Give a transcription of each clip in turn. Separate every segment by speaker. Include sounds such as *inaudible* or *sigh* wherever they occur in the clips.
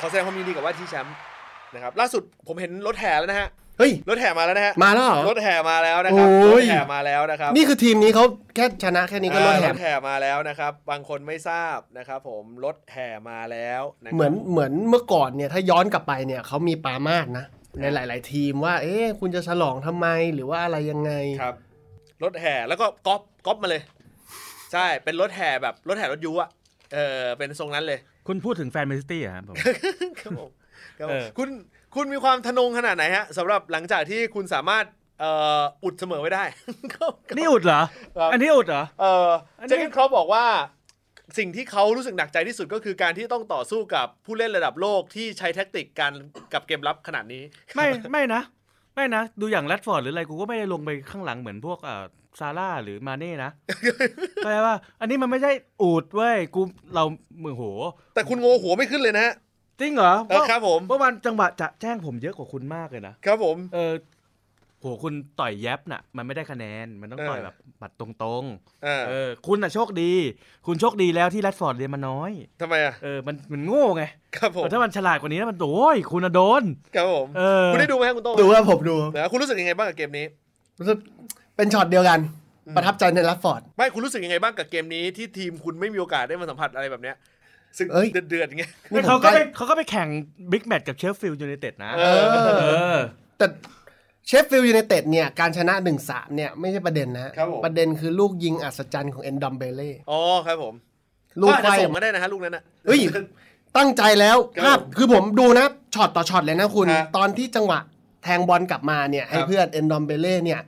Speaker 1: แสดงความยินดีกับว่าที่แชมป์นะครับล่าสุดผมเห็นรถแห่แล้วนะฮะ
Speaker 2: เฮ้ย
Speaker 1: รถแห่มาแล้วนะฮะ
Speaker 2: มาแล้วเหรอ
Speaker 1: รถแห่มาแล้วนะครับร
Speaker 2: โอ้ย
Speaker 1: ถแห่มาแล้วนะครับ
Speaker 2: นี่คือทีมนี้เขาแค่ชนะแค่นี้ก็รอด
Speaker 1: อ่า
Speaker 2: แห
Speaker 1: ร
Speaker 2: ม
Speaker 1: ถแห่มาแล้วนะครับ บางคนไม่ทราบนะครับผมรถแห่มาแล้วะครับ
Speaker 2: เหมือนเหมือนเมื่อก่อนเนี่ยถ้าย้อนกลับไปเนี่ยเขามีปรามาสนะ ในหลาย ๆ ทีมว่า เอ๊ะคุณจะฉลองทำไมหรือว่าอะไรยังไง
Speaker 1: ครับรถแห่แล้วก็ก๊อปก๊อปมาเลย ใช่เป็นรถแห่แบบรถแห่รถยูอะเออเป็นทรงนั้นเลย
Speaker 3: คุณพูดถึงแฟนแมนซิตี้อะครับผม
Speaker 1: *laughs* ครับผมครับผ
Speaker 3: เอ
Speaker 1: ม
Speaker 3: อ
Speaker 1: คุณคุณมีความทะนงขนาดไหนฮะสำหรับหลังจากที่คุณสามารถเอ่ออุดเสมอไว้ *laughs* ได้ ครับ
Speaker 3: นี่อุดเหรอ อันนี้อุดเหรอ
Speaker 1: เออ
Speaker 3: อันนี้
Speaker 1: เจคเก้นครอปบอกว่า สิ่งที่เขารู้สึกหนักใจที่สุดก็คือการที่ต้องต่อสู้กับผู้เล่นระดับโลกที่ใช้แท็กติกการกับเกมรับขนาดนี้
Speaker 3: ไม่ไม่นะ ไม่นะ ดูอย่างแรดฟอร์ดหรืออะไรกูก็ไม่ได้ลงไปข้างหลังเหมือนพวกเอ่อซาร่าหรือมาเน่
Speaker 1: *laughs*
Speaker 3: นะแปลว่า อันนี้มันไม่ใช่อูดเว้ยกูเรามือโห
Speaker 1: แต่คุณโงหัวไม่ขึ้นเลยนะฮะ
Speaker 3: จริงเหรอ
Speaker 1: เออครับผม
Speaker 3: เมื่อวานจังหวะจะแจ้งผมเยอะกว่าคุณมากเลยนะ
Speaker 1: ครับผม
Speaker 3: เออโหคุณต่อยแยบน่ะ มันไม่ได้คะแนน มันต้องต่อย
Speaker 1: เออ
Speaker 3: แบบหมัดตรง
Speaker 1: เออ
Speaker 3: ๆ เออ คุณน่ะโชคดี คุณโชคดีแล้วที่แรดฟอร์ดเรียนมาน้อย
Speaker 1: ทำไมอ่ะ
Speaker 3: เออ มันมันโง่ไง
Speaker 1: ครับผม
Speaker 3: แต่ถ้ามันฉลาดกว่านี้นะมันโอ้ยคุณน่ะโดน
Speaker 1: ครับผม
Speaker 3: เออ
Speaker 1: คุณได้ดูไหมฮะคุณโต้ง
Speaker 2: ดูว่าผมดู
Speaker 1: นะคุณรู้สึกยังไงบ้างกับเกมนี้
Speaker 2: รู้สึกเป็นช็อตเดียวกัน
Speaker 1: อืม
Speaker 2: ประทับใจในลัฟฟอร์ด
Speaker 1: ไม่คุณรู้สึกยังไงบ้างกับเกมนี้ที่ทีมคุณไม่มีโอกาสได้มาสัมผัสอะไรแบบเนี้ยซึ่ง
Speaker 2: เอ้ย
Speaker 1: เดือดเดือดๆอย่างเงี้ย
Speaker 2: นี่ผ
Speaker 3: เขา
Speaker 2: ม
Speaker 3: ก็
Speaker 2: ใล้
Speaker 3: ไปเขาก็ไปแข่งบิ๊กแมตช์กับเชฟฟิลด์ยูไนเต็ดนะ
Speaker 1: เอ
Speaker 2: เอ
Speaker 3: เอ
Speaker 2: อ
Speaker 3: อ
Speaker 2: แต่เชฟฟิลด์ยูไนเต็ดเนี่ย การชนะ 1-3 เนี่ย ไม่ใช่ประเด็นนะ
Speaker 1: ครับผม
Speaker 2: ประเด็นคือลูกยิงอัศจรรย์ของเอนดอมเบเล่
Speaker 1: อ๋อครับผม
Speaker 2: ลูก
Speaker 1: ก็อาจจะ
Speaker 2: ไฟ
Speaker 1: ส่งมาได้นะฮะลูกนั้นนะ
Speaker 2: เฮ้ย ตั้งใจแล้ว
Speaker 1: ครับ
Speaker 2: ภาพคือผมดูนะช็อตต่อช็อตเลยนะคุณ
Speaker 1: ฮะ
Speaker 2: ตอนที่จังหวะแทงบอลกลับมาเนี่ย ให้
Speaker 1: ครับ
Speaker 2: เพื่อนเอนดอมเบเล่เนี่ย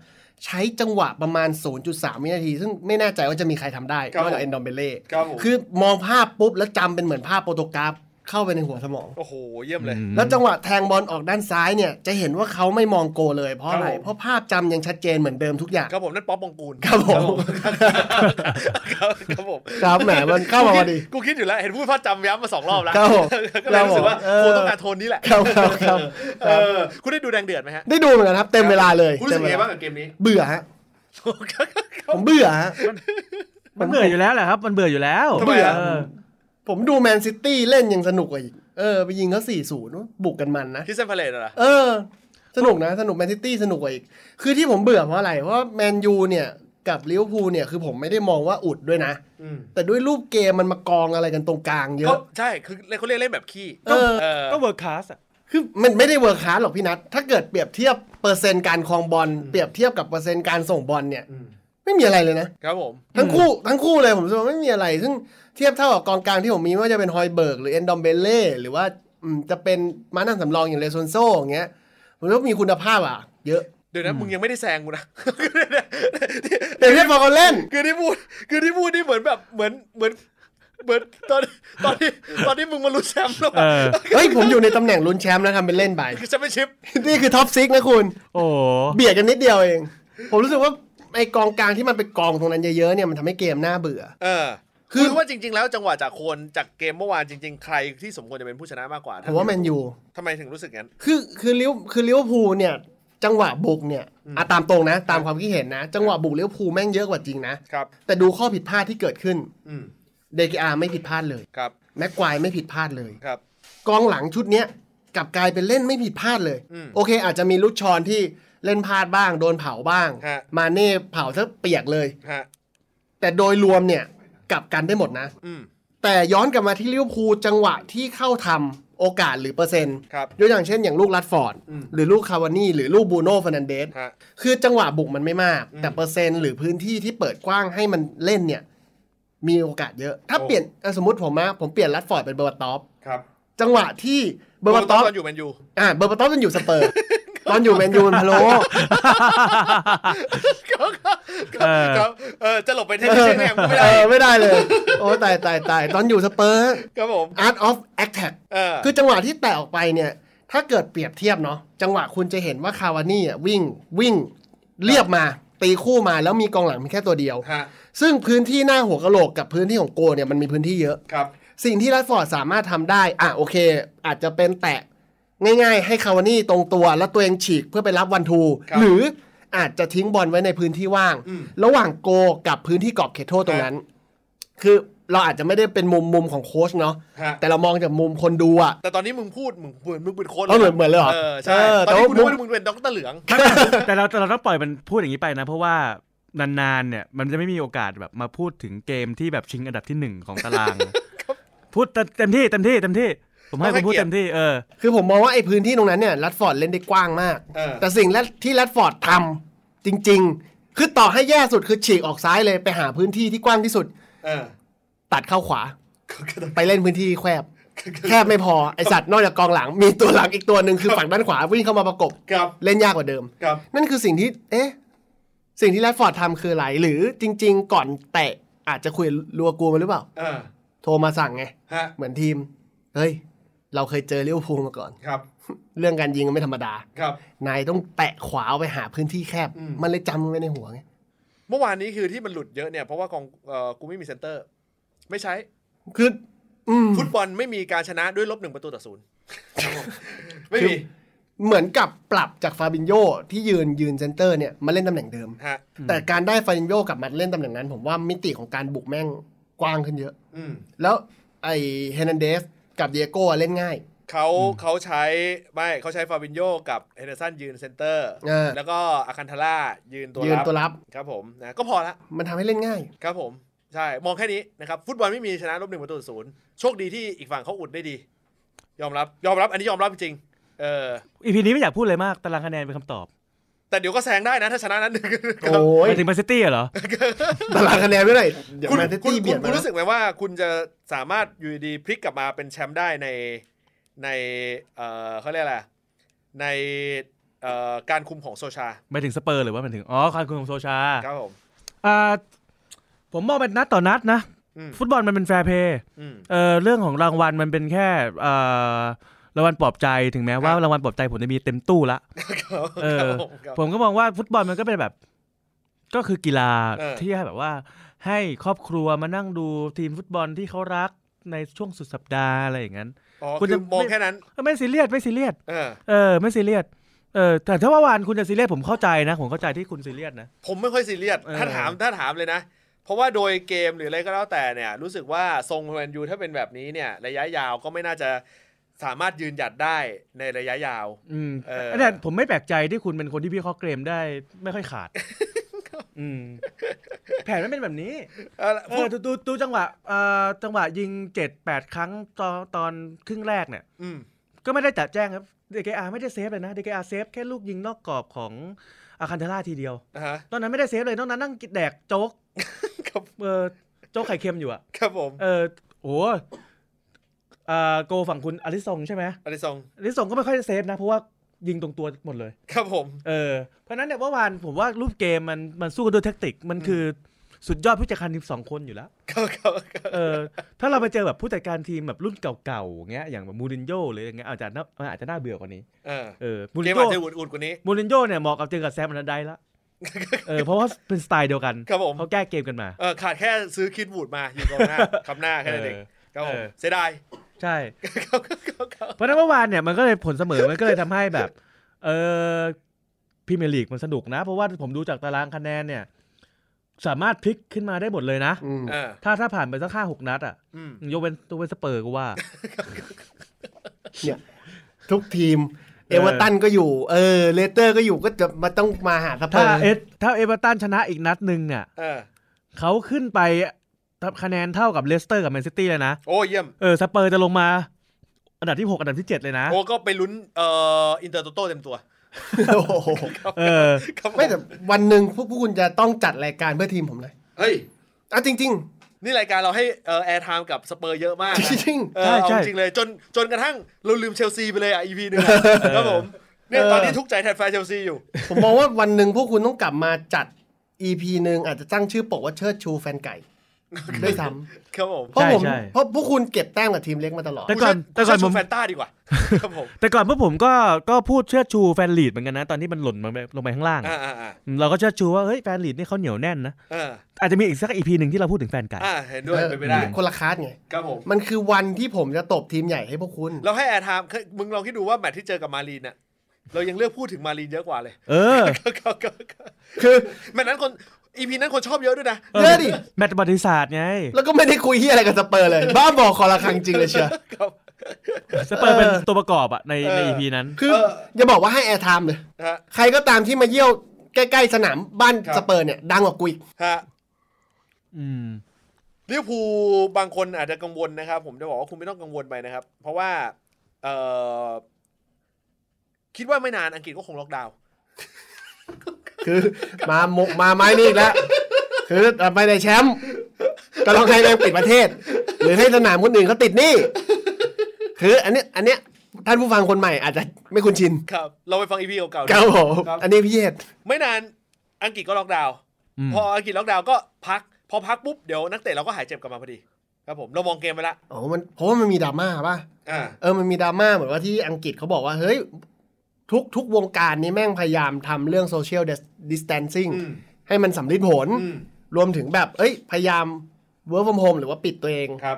Speaker 2: ใช้จังหวะประมาณ 0.3 วินาที ซึ่งไม่แน่ใจว่าจะมีใครทำได้นอกจากเอนดอมเบเล่
Speaker 1: ครับผม
Speaker 2: คือมองภาพปุ๊บ แล้วจำเป็นเหมือนภาพโปรโตกราฟเข้าไปในหัวสมอง
Speaker 1: โอ้โหเยี่ยมเลย
Speaker 2: แล้วจังหวะแทงบอลออกด้านซ้ายเนี่ย จะเห็นว่าเขาไม่มองโกเลย เพราะอะไร
Speaker 1: ครับผม
Speaker 2: เพราะภาพจำยังชัดเจนเหมือนเดิมทุกอย่าง
Speaker 1: ครับผมนั่นป๊อปปองกูล
Speaker 2: ครับผม
Speaker 1: ครับครับผม
Speaker 2: ครับแหมมันเข้ามาพอดี
Speaker 1: กูคิดอยู่แล้ว เห็นพูดพลาดจำย้ำมาสองรอบแล้ว
Speaker 2: ครับผม
Speaker 1: ก็เลยรู้สึกว่า
Speaker 2: เอ
Speaker 1: *laughs*
Speaker 2: อ
Speaker 1: โคต้องการโทนนี้แหละ
Speaker 2: ครับครับครับ
Speaker 1: เออคุณได้ดูแดงเดือดไหมฮะ
Speaker 2: ได้ดูเหมือนกันครับ เต็มเวลาเลย
Speaker 1: คุณรู้สึกยังไงบ้าง
Speaker 2: เต็
Speaker 1: กั
Speaker 2: มเวล
Speaker 1: บเกมนี้
Speaker 2: าเบื่อฮะ ผมเบื่อฮะ
Speaker 3: มันเบื่ออยู่แล้วแหละครับ มันเบื่ออยู่แล้ว
Speaker 1: ทำไมอะ
Speaker 3: เออ
Speaker 2: ผมดูแมนซิตี้เล่นยังสนุกกว่าอีก เออ ไปยิงเขาสี่ศูนย์บุกกันมันนะ
Speaker 1: ที่เซนพาเลตเหรอ
Speaker 2: เออ สนุกนะ สนุกแมนซิตี้สนุกกว่าอีก คือที่ผมเบื่อเพราะอะไร เพราะแมนยูเนี่ย กับลิเวอร์พูลเนี่ย คือผมไม่ได้มองว่าอุดด้วยนะ
Speaker 1: อืม
Speaker 2: แต่ด้วยรูปเกมมันมากองอะไรกันตรงกลางเย
Speaker 1: ก็
Speaker 2: อะ
Speaker 1: ใช่คือเขาเรียกเล่นแบบขี้
Speaker 2: เออ
Speaker 1: เออ
Speaker 3: ก็เวิร์คคลาสอะ
Speaker 2: คือมันไม่ได้เวิร์คคลาสหรอกพี่นัท ถ้าเกิดเปรียบเทียบเปอร์เซ็นต์การครองบอล เปรียบเทียบกับเปอร์เซ็นต์การส่งบอลเนี่ย
Speaker 1: อืม
Speaker 2: ไม่มีอะไรเลยนะ
Speaker 1: ครับผม
Speaker 2: ทั้งคู่ทั้งคู่เลยผมรู้สึกว่าไม่มีอะไร ซึ่งเทียบเท่ากับกองกลางที่ผมมีไม่ว่าจะเป็นฮอยเบิร์กหรือเอนดอมเบเล่หรือว่าอืมจะเป็นมานั่งสำรองอย่างเลซอนโซอย่างเงี้ยผมรู้ว่ามีคุณภาพอ่ะ เยอะ
Speaker 1: เดี๋ยวนะมึงยังไม่ได้แซงกูนะ
Speaker 2: แต่เทียบพอกันเล่น
Speaker 1: คือที่พูดคือที่พูดนี่เหมือนแบบเหมือนเหมือนเหมือนตอนตอนที่ตอนที่มึงมาลุ้นแชมป์แล้ว
Speaker 3: เออ
Speaker 2: เฮ้ย ผมอยู่ในตำแหน่งลุ้นแชมป์นะทำเป็นเล่นไป
Speaker 1: คือแชมเปี้ยนชิพ
Speaker 2: นี่คือท็อปซิกนะคุณ
Speaker 3: โอ้โห
Speaker 2: เบียดกันนิดเดียวเอง ผมรู้สึกว่าไอกองกลางที่มันไปกองตรงนั้นเยอะๆเนี่ยมันทำให้เกมน่าเบื่อ
Speaker 1: เออ
Speaker 2: คื
Speaker 1: คือ อว่าจริง ๆ แล้วจังหวะจากโคนจากเกมเมื่อวานจริง ๆ ใครที่สมควรจะเป็นผู้ชนะมากกว่า
Speaker 2: ผมว่าแมนยู
Speaker 1: ทำไมถึงรู้สึกงั้น
Speaker 2: คือคือลิเวคือลิเวอร์พูลเนี่ยจังหวะบุกเนี่ยอ่ะตามตรงนะ ตามความคิดเห็นนะ จังหวะบุกลิเวอร์พูลแม่งเยอะกว่าจริงนะ
Speaker 1: ครับ
Speaker 2: แต่ดูข้อผิดพลาดที่เกิดขึ้น
Speaker 1: อืม
Speaker 2: เดกอาไม่ผิดพลาดเลย
Speaker 1: ครับ
Speaker 2: แม็กควายไม่ผิดพลาดเลย
Speaker 1: ครับ
Speaker 2: กองหลังชุดเนี้ยกลับกลายเป็นเล่นไม่ผิดพลาดเลย
Speaker 1: อืม
Speaker 2: โอเค อาจจะมีลุกชอนที่เล่นพลาดบ้าง โดนเผาบ้าง
Speaker 1: ฮะ
Speaker 2: มาเน่เผาซะเปียกเลย
Speaker 1: ฮะ
Speaker 2: แต่โดยรวมเนี่ยกลับกันได้หมดนะ
Speaker 1: อืม
Speaker 2: แต่ย้อนกลับมาที่ลิเวอร์พูลจังหวะที่เข้าทำโอกาสหรือเปอร์เซ็นต์
Speaker 1: ครับ
Speaker 2: ยกอย่างเช่นอย่างลูกรัดฟอร์ด
Speaker 1: อืม
Speaker 2: หรือลูกคาวานี่หรือลูกบรูโน่เฟร์นันเดส
Speaker 1: ฮะ
Speaker 2: คือจังหวะบุกมันไม่มาก
Speaker 1: อืม
Speaker 2: แต่เปอร์เซ็นต์หรือพื้นที่ที่เปิดกว้างให้มันเล่นเนี่ย มีโอกาสเยอะ ถ้า
Speaker 1: โอ้
Speaker 2: เปลี่ยนอ่ะสมมติผมนะผมเปลี่ยนรัดฟอร์ดเป็นเบอร์บาตอฟ
Speaker 1: ครับ
Speaker 2: จังหวะที่เบอร์บาตอฟ
Speaker 1: ตอนอยู่แมนยู
Speaker 2: อ่าเบอร์บาตอฟมันอยู่สเปอร์ ตอนอยู่แมนยูมันพะโล
Speaker 3: เออ
Speaker 1: ครับเออจะหลบ *laughs* ไปเทนนิสแม่งกูไม่
Speaker 2: เอ
Speaker 1: ได้
Speaker 2: อไม่ได้เลย โอ้ตายตายตายตอนอยู่สเปอร์
Speaker 1: ครับผม
Speaker 2: Art of Attack
Speaker 1: เออ
Speaker 2: คือจังหวะที่แตะออกไปเนี่ย ถ้าเกิดเปรียบเทียบเนาะจังหวะคุณจะเห็นว่าคาวานี่อ่ะวิ่งวิ่งเรียบมาตีคู่มาแล้วมีกองหลังเพียงแค่ตัวเดียว
Speaker 1: ฮะ
Speaker 2: ซึ่งพื้นที่หน้าหัวกะโหลกกับพื้นที่ของโกเนี่ยมันมีพื้นที่เยอะ
Speaker 1: ครับ
Speaker 2: สิ่งที่รัดฟอร์ดสามารถทำได้ อ่ะโอเค อาจจะเป็นแตะง่ายๆ ให้คาวานี่ตรงตัว แล้วตัวเองฉีกเพื่อไปรับวันทู หรืออาจจะทิ้งบอลไว้ในพื้นที่ว่าง ระหว่างโกกับพื้นที่กรอบเขตโทษตรงนั้น คือ เราอาจจะไม่ได้เป็นมุมมุมของโค้ชเนาะ
Speaker 1: ฮะ
Speaker 2: แต่เรามองจากมุมคนดูอะ
Speaker 1: แต่ตอนนี้มึงพูดมึงเหมือนมึงเป็นโค้ช
Speaker 2: เอาเหมือนเหมือนเลยเหรอ
Speaker 1: เออใช่ตอ
Speaker 2: แต่
Speaker 1: นนี้กูรู้
Speaker 2: ว่ามุม
Speaker 1: ว่ามึงเป็นด็อกเตอร์เหลือง
Speaker 3: แต่เราแต่เราต้องปล่อยมันพูดอย่างนี้ไปนะ เพราะว่านานๆเนี่ยมันจะไม่มีโอกาสแบบมาพูดถึงเกมที่แบบชิงอันดับที่หนึ่งของตาราง พูดเต็มที่เต็มที่เต็มที่ ผมให้
Speaker 1: ต้องให้
Speaker 3: คุณพูด
Speaker 1: เกียรติ
Speaker 3: เต็มที่เออ
Speaker 2: คือผมมองว่าไอ้พื้นที่ตรงนั้นเนี่ยแรัดฟอร์ดเล่นได้กว้างมาก
Speaker 1: เออ
Speaker 2: แต่สิ่งแรกที่แรดฟอร์ดทำจริง ๆ คือต่อให้แย่สุดคือฉีกออกซ้ายเลยไปหาพื้นที่ที่กว้างที่สุด
Speaker 1: เออ
Speaker 2: ตัดเข้าขวา ไปเล่นพื้นที่แค
Speaker 1: *laughs*
Speaker 2: บ แคบไม่พอไอสัตว์นอกจากกองหลัง มีตัวหลังอีกตัวหนึ่งคือฝั่งด้านขวาวิ่งเข้ามาประกบ
Speaker 1: ครับ
Speaker 2: เล่นยากกว่าเดิม
Speaker 1: ครับ
Speaker 2: นั่นคือสิ่งที่ เอ๊ะ สิ่งที่แรดฟอร์ดทำคืออะไร หรือจริง ๆ ก่อนแตะอาจจะคุยรัวกูมาหรือเปล่า
Speaker 1: เออ
Speaker 2: โทรมาสั่งไง
Speaker 1: ฮะ
Speaker 2: เหมือนทีม เฮ้ย เราเคยเจอลิเวอร์พูลมาก่อน
Speaker 1: ครับ
Speaker 2: เรื่องการยิงมันไม่ธรรมดา
Speaker 1: ครับ
Speaker 2: นายต้องแตะขวาเอาไปหาพื้นที่แคบ
Speaker 1: อืม
Speaker 2: มันเลยจำไว้ในหัวไง
Speaker 1: เมื่อวานนี้คือที่มันหลุดเยอะเนี่ยเพราะว่าของเอ่อกูไม่มีเซนเตอร์ ไม่ใช้
Speaker 2: คือ อืม
Speaker 1: ฟุตบอลไม่มีการชนะด้วยลบหนึ่งประตูต่อศูน
Speaker 2: *laughs*
Speaker 1: ย์ไม่มี
Speaker 2: เหมือนกับปรับจากฟาบินโยที่ยืนยืนเซนเตอร์เนี่ยมาเล่นตำแหน่งเดิม
Speaker 1: ฮะ
Speaker 2: แต่การได้ฟาบินโยกลับมาเล่นตำแหน่งนั้น ผมว่ามิติของการบุกแม่งกว้างขึ้นเยอะ
Speaker 1: อืม
Speaker 2: แล้วไอเฮนันเดสกับเดียโก้อะเล่นง่าย
Speaker 1: เขาเขาใช้ไม่เขาใช้ฟาบินโยกับเฮนเดอร์สันยืนเซนเตอร์
Speaker 2: เออ
Speaker 1: แล้วก็อาคันทาร่ายืนตัว
Speaker 2: ยืน
Speaker 1: รับ
Speaker 2: ตัวรับ
Speaker 1: ครับผมนะก็พอละ
Speaker 2: มันทำให้เล่นง่าย
Speaker 1: ครับผม ใช่ มองแค่นี้นะครับ ฟุตบอลไม่มีชนะลบหนึ่งประตูต่อศูนย์โชคดีที่อีกฝั่งเขาอุดได้ดี ยอมรับ ยอมรับอันนี้ยอมรับจริงๆเออ
Speaker 3: อีพีนี้ไม่อยากพูดเลยมากตารางคะแนนเป็นคำตอบ
Speaker 1: แต่เดี๋ยวก็แซงได้นะ ถ้าชนะนั้นหนึ่ง
Speaker 2: โอ้
Speaker 1: *laughs*
Speaker 3: ห
Speaker 2: ย
Speaker 3: มายถึงแมนซิตี้เหรอ
Speaker 2: ตารางคะแนนไม่ได้เดี๋ยว
Speaker 1: คุณ
Speaker 2: แมนซิ
Speaker 1: คุณ
Speaker 2: ตี้เบี
Speaker 1: คุ
Speaker 2: ย
Speaker 1: ณคุ
Speaker 2: ดมา
Speaker 1: ณ
Speaker 2: นะ
Speaker 1: รู้สึกไหมว่าคุณจะสามารถอยู่ดีๆพลิกกลับมาเป็นแชมป์ได้ในในเออเขาเรียกอะไรในเอ่อการคุมของโซชา
Speaker 3: หมายถึงสเปอร์หรือว่าหมายถึง อ๋อการคุมของโซชา
Speaker 1: ครับผม
Speaker 3: อ่าผมมองเป็นนัดต่อนัดนะ
Speaker 1: อืม
Speaker 3: ฟุตบอลมันเป็นแฟร์เพลย์
Speaker 1: อืม
Speaker 3: เอ่อเรื่องของรางวัลมันเป็นแค่เอ่อรางวัลปลอบใจถึงแม้ว่า
Speaker 1: ครับ
Speaker 3: รางวัลปลอบใจผมจะมีเต็มตู้ละ
Speaker 1: ครับ
Speaker 3: เอ
Speaker 1: ค
Speaker 3: อ
Speaker 1: รับผมครับ
Speaker 3: ผมก็มองว่าฟุตบอลมันก็เป็นแบบ ก็คือกีฬา
Speaker 1: เออ
Speaker 3: ที่ให้แบบว่า ให้ครอบครัวมานั่งดูทีมฟุตบอลที่เขารักในช่วงสุดสัปดาห์อะไรอย่างนั้น
Speaker 1: อ๋อ
Speaker 3: คุณ
Speaker 1: คื
Speaker 3: จะ
Speaker 1: อมองแค่นั้น
Speaker 3: เออไม่ซีเรียสไม่ซีเรียส
Speaker 1: เออ
Speaker 3: เออไม่ซีเรียสเออแต่ถ้าว่าวานคุณจะซีเรียสผมเข้าใจนะ ผมเข้าใจที่คุณซีเรียสนะ
Speaker 1: ผมไม่ค่อยซีเรียส
Speaker 3: เออ
Speaker 1: ถ้าถามถ้าถามเลยนะ เพราะว่าโดยเกมหรืออะไรก็แล้วแต่เนี่ย รู้สึกว่าทรงแมนยูถ้าเป็นแบบนี้เนี่ย ระยะยาวก็ไม่น่าจะสามารถยืนหยัดได้ในระยะยาว
Speaker 3: อืม
Speaker 1: เอออั
Speaker 3: นนั้นผมไม่แปลกใจที่คุณเป็นคนที่พี่ข้อเกรมได้ไม่ค่อย
Speaker 1: *laughs*
Speaker 3: ขาด อืมแผนมันเป็นแบบนี้
Speaker 1: เออ
Speaker 3: เอ
Speaker 1: พู
Speaker 3: อ
Speaker 1: ด
Speaker 3: ดูดูดูจังหวะเอ่อจังหวะยิงเจ็ดแปดครั้งตอนตอนครึ่งแรกเนี่ย
Speaker 1: อืม
Speaker 3: ก็ไม่ได้จับแจ้งครับเดกอาไม่ได้เซฟเลยนะเดกอาเซฟแค่ลูกยิงนอกกรอบของอาคันเทล่าทีเดียว
Speaker 1: นะฮะ
Speaker 3: ตอนนั้นไม่ได้เซฟเลยนอกนั้นนั่งกินแดกโจ๊ก
Speaker 1: ครับ
Speaker 3: เออโจ๊กไข่เค็มอยู่อะ
Speaker 1: ครับผม
Speaker 3: เออโอ้อ่าโกฝั่งคุณอลิซงใช่ไหม
Speaker 1: อลิซอง *laughs*
Speaker 3: อลิซงก็ไม่ค่อยได้เซฟนะเพราะว่ายิงตรงตัวหมดเลย
Speaker 1: ครับผม
Speaker 3: เออเพราะฉะนั้นเนี่ยเมื่อวานผมว่ารูปเกมมันมันสู้กันด้วยแทคติก มันคือสุดยอดผู้จัดการทีมสองคนอยู่แล้ว
Speaker 1: ครับครับครับ
Speaker 3: เออ ถ้าเราไปเจอแบบผู้จัดการทีมแบบรุ่นเก่าๆอย่างเงี้ยอย่างแบบมูรินโญ่หรืออย่างเงี้ยอาจจะน่ามันอาจจะน่าเบื่อกว่านี้
Speaker 1: เออ
Speaker 3: เออมูริ
Speaker 1: เก
Speaker 3: น
Speaker 1: มอาจ
Speaker 3: โญ่
Speaker 1: จะอุ่นอุ่นกว่านี้
Speaker 3: มูรินโญ่เนี่ยเหมาะกับเจอกับแซมอันดันไดละเออเพราะว่าเป็นสไตล์เดียวกัน
Speaker 1: ครับผม
Speaker 3: เขาแก้เกมกันมา
Speaker 1: เออขาดแค่ซื้อคิดบูดมาอยู่กอง
Speaker 3: *laughs*
Speaker 1: หน้า ขับหน้าแค่นั้นเอง
Speaker 3: เออ
Speaker 1: ครับผม
Speaker 3: เออ
Speaker 1: เสียดาย *laughs*
Speaker 3: ใช่
Speaker 1: ครับครับครับ
Speaker 3: เพราะฉะนั้นเมื่อวานเนี่ยมันก็เลยผลเสมอ มันก็เลยทำให้แบบ เออพรีเมียร์ลีกมันสนุกนะ เพราะว่าผมดูจากตารางคะแนนเนี่ย สามารถพลิกขึ้นมาได้หมดเลยนะ
Speaker 2: อืม
Speaker 1: เออ
Speaker 3: ถ้าถ้าผ่านไปสักห้าหกนัดอ่ะ
Speaker 1: อืม
Speaker 3: ยกเว้นตัวเว้นสเปอร์ก็ว่า
Speaker 2: ทุกทีม เอเวอร์ตันก็อยู่ เออ เลสเตอร์ก็อยู่ก็จะมาต้องมาหาสเปอ
Speaker 3: ถ้า
Speaker 2: ร์
Speaker 3: เอสถ้าเอเวอร์ตันชนะอีกนัดหนึ่งเนี่ย
Speaker 1: เออ
Speaker 3: เขาขึ้นไปทำคะแนนเท่ากับเลสเตอร์กับแมนซิตี้เลยนะ
Speaker 1: โอ้เยี่ยม
Speaker 3: เออสเปอร์จะลงมา อันดับที่หกอันดับที่เจ็ดเลยนะ
Speaker 1: โอ้ก็ไปลุ้นเอ่ออินเตอร์โตโต้เต็มตัว
Speaker 2: โอ้โห
Speaker 3: เออ
Speaker 1: ครับผ
Speaker 2: ไม่แต่วันหนึ่งพวกพวกคุณจะต้องจัดรายการเพื่อทีมผมนะ
Speaker 1: เฮ้ย
Speaker 2: อ่ะจริง
Speaker 1: นี่รายการเราให้เอ่อแอร์ไทม์กับสเปอร์เยอะมากนะ
Speaker 2: จริง
Speaker 1: เออ
Speaker 3: ใช่
Speaker 1: เอา
Speaker 3: ใช่
Speaker 1: จริงเลยจนจนกระทั่งเราลืมเชลซีไปเลยอ่ะ EP หนึ่งอะครับผมเนี่ยตอนนี้ทุกข์ใจแทนแฟนเชลซีอยู่
Speaker 2: ๆ ผมมองว่าวันหนึ่งพวกคุณต้องกลับมาจัด EP หนึ่งอาจจะตั้งชื่อปกว่าเชิดชูแฟนไก่ด้วยซ้
Speaker 1: ครับผม
Speaker 2: ำเพราะผม
Speaker 3: ใช่
Speaker 2: เพราะพวกคุณเก็บแต้มกับทีมเล็กมาตลอด
Speaker 3: แต่ก่อนแต่ก่อน
Speaker 1: ผ
Speaker 3: ผม ม
Speaker 1: แฟนต้า
Speaker 3: *laughs*
Speaker 1: ดีกว่าครับผม
Speaker 3: แต่ก่อนพวกผมก็ก็พูดเชื่อชูแฟนลีดเหมือนกันนะ ตอนที่มันหล่นมาลงไปข้างล่าง
Speaker 1: อ่าอ่าอ่า
Speaker 3: อืมเราก็เชื่อชูว่าเฮ้ยแฟนลีดนี่เขาเหนียวแน่นนะ
Speaker 1: เออ
Speaker 3: อาจจะมีอีกสักอีพีหนึ่งที่เราพูดถึงแฟนไก่
Speaker 1: อ่าเห็นด้วย
Speaker 2: เออ
Speaker 1: เป็นไปได้
Speaker 2: คนละคลาสไง
Speaker 1: ครับผม
Speaker 2: มันคือวันที่ผมจะตบทีมใหญ่ให้พวกคุณ
Speaker 1: เราให้แอร์ไทม์คือมึงลองคิดดูว่าแมตช์ที่เจอกับมารีนน่ะ เรายังเลือกพูดถึงมารีนเยอะกว่าเลย
Speaker 3: เออ
Speaker 1: ก็ก็ก็
Speaker 2: คือ
Speaker 1: แมตช์นั้นคน อีพีนั้นคน *laughs* ชอบเยอะด้วยนะ
Speaker 2: เยอะดิ
Speaker 3: แมตช์ประวัติศาสตร์ไง
Speaker 2: แล้วก็ไม่ได้คุยเฮียอะไรกับสเปอร์เลย บ้าบอกคอระคังจริงเลยเชียว
Speaker 1: ครับ
Speaker 3: สเปอร์เป็น
Speaker 2: เออ
Speaker 3: ตัวประกอบอะใน
Speaker 1: เออ
Speaker 3: ในอีพีนั้น
Speaker 2: คือ
Speaker 1: เออ
Speaker 2: อย่าบอกว่าให้แอร์ไทม์เลย
Speaker 1: นะฮะ
Speaker 2: ใครก็ตามที่มาเยี่ยวใกล้ๆสนามบ้าน
Speaker 1: ครับ
Speaker 2: สเปอร์เนี่ย ดังกว่ากูอีก
Speaker 1: ฮะ
Speaker 3: อืม
Speaker 1: ลิเวอร์พูลบางคนอาจจะกังวลนะครับ ผมจะบอกว่าคุณไม่ต้องกังวลไปนะครับ เพราะว่าเอ่อคิดว่าไม่นานอังกฤษก็คงล็อกดาวน์
Speaker 2: คือ มาหมกมาไม้นี่อีกแล้ว คือไม่ได้แชมป์ก็ลองให้แม่งปิดประเทศ หรือให้สนามคนอื่นเขาติดหนี่ คืออันเนี้ยอันเนี้ยท่านผู้ฟังคนใหม่อาจจะไม่คุ้นชิน
Speaker 1: ครับ เราไปฟังอีพีเก่าๆดู
Speaker 2: ครับผม
Speaker 1: ครับ
Speaker 2: อันนี้พี่เยศ
Speaker 1: ไม่นานอังกฤษก็ล็อกดาวน์
Speaker 3: อืม
Speaker 1: พออังกฤษล็อกดาวน์ก็พัก พอพักปุ๊บเดี๋ยวนักเตะเราก็หายเจ็บกลับมาพอดี ครับผมเรามองเกมไปละ
Speaker 2: โอ้มันเพราะว่ามันมีดราม่าป่ะ
Speaker 1: อ่า
Speaker 2: เออ มันมีดราม่าเหมือนว่าที่อังกฤษเขาบอกว่า เฮ้ย ทุกทุกวงการนี้แม่งพยายามทำเรื่องโซเชียลดิส a ตนซิ่ง
Speaker 1: อืม
Speaker 2: ให้มันสำลิดผล
Speaker 1: อืม
Speaker 2: รวมถึงแบบ เอ้ย พยายามเวิร์ f ฟอร์มโฮมหรือว่าปิดตัวเอง
Speaker 1: ครับ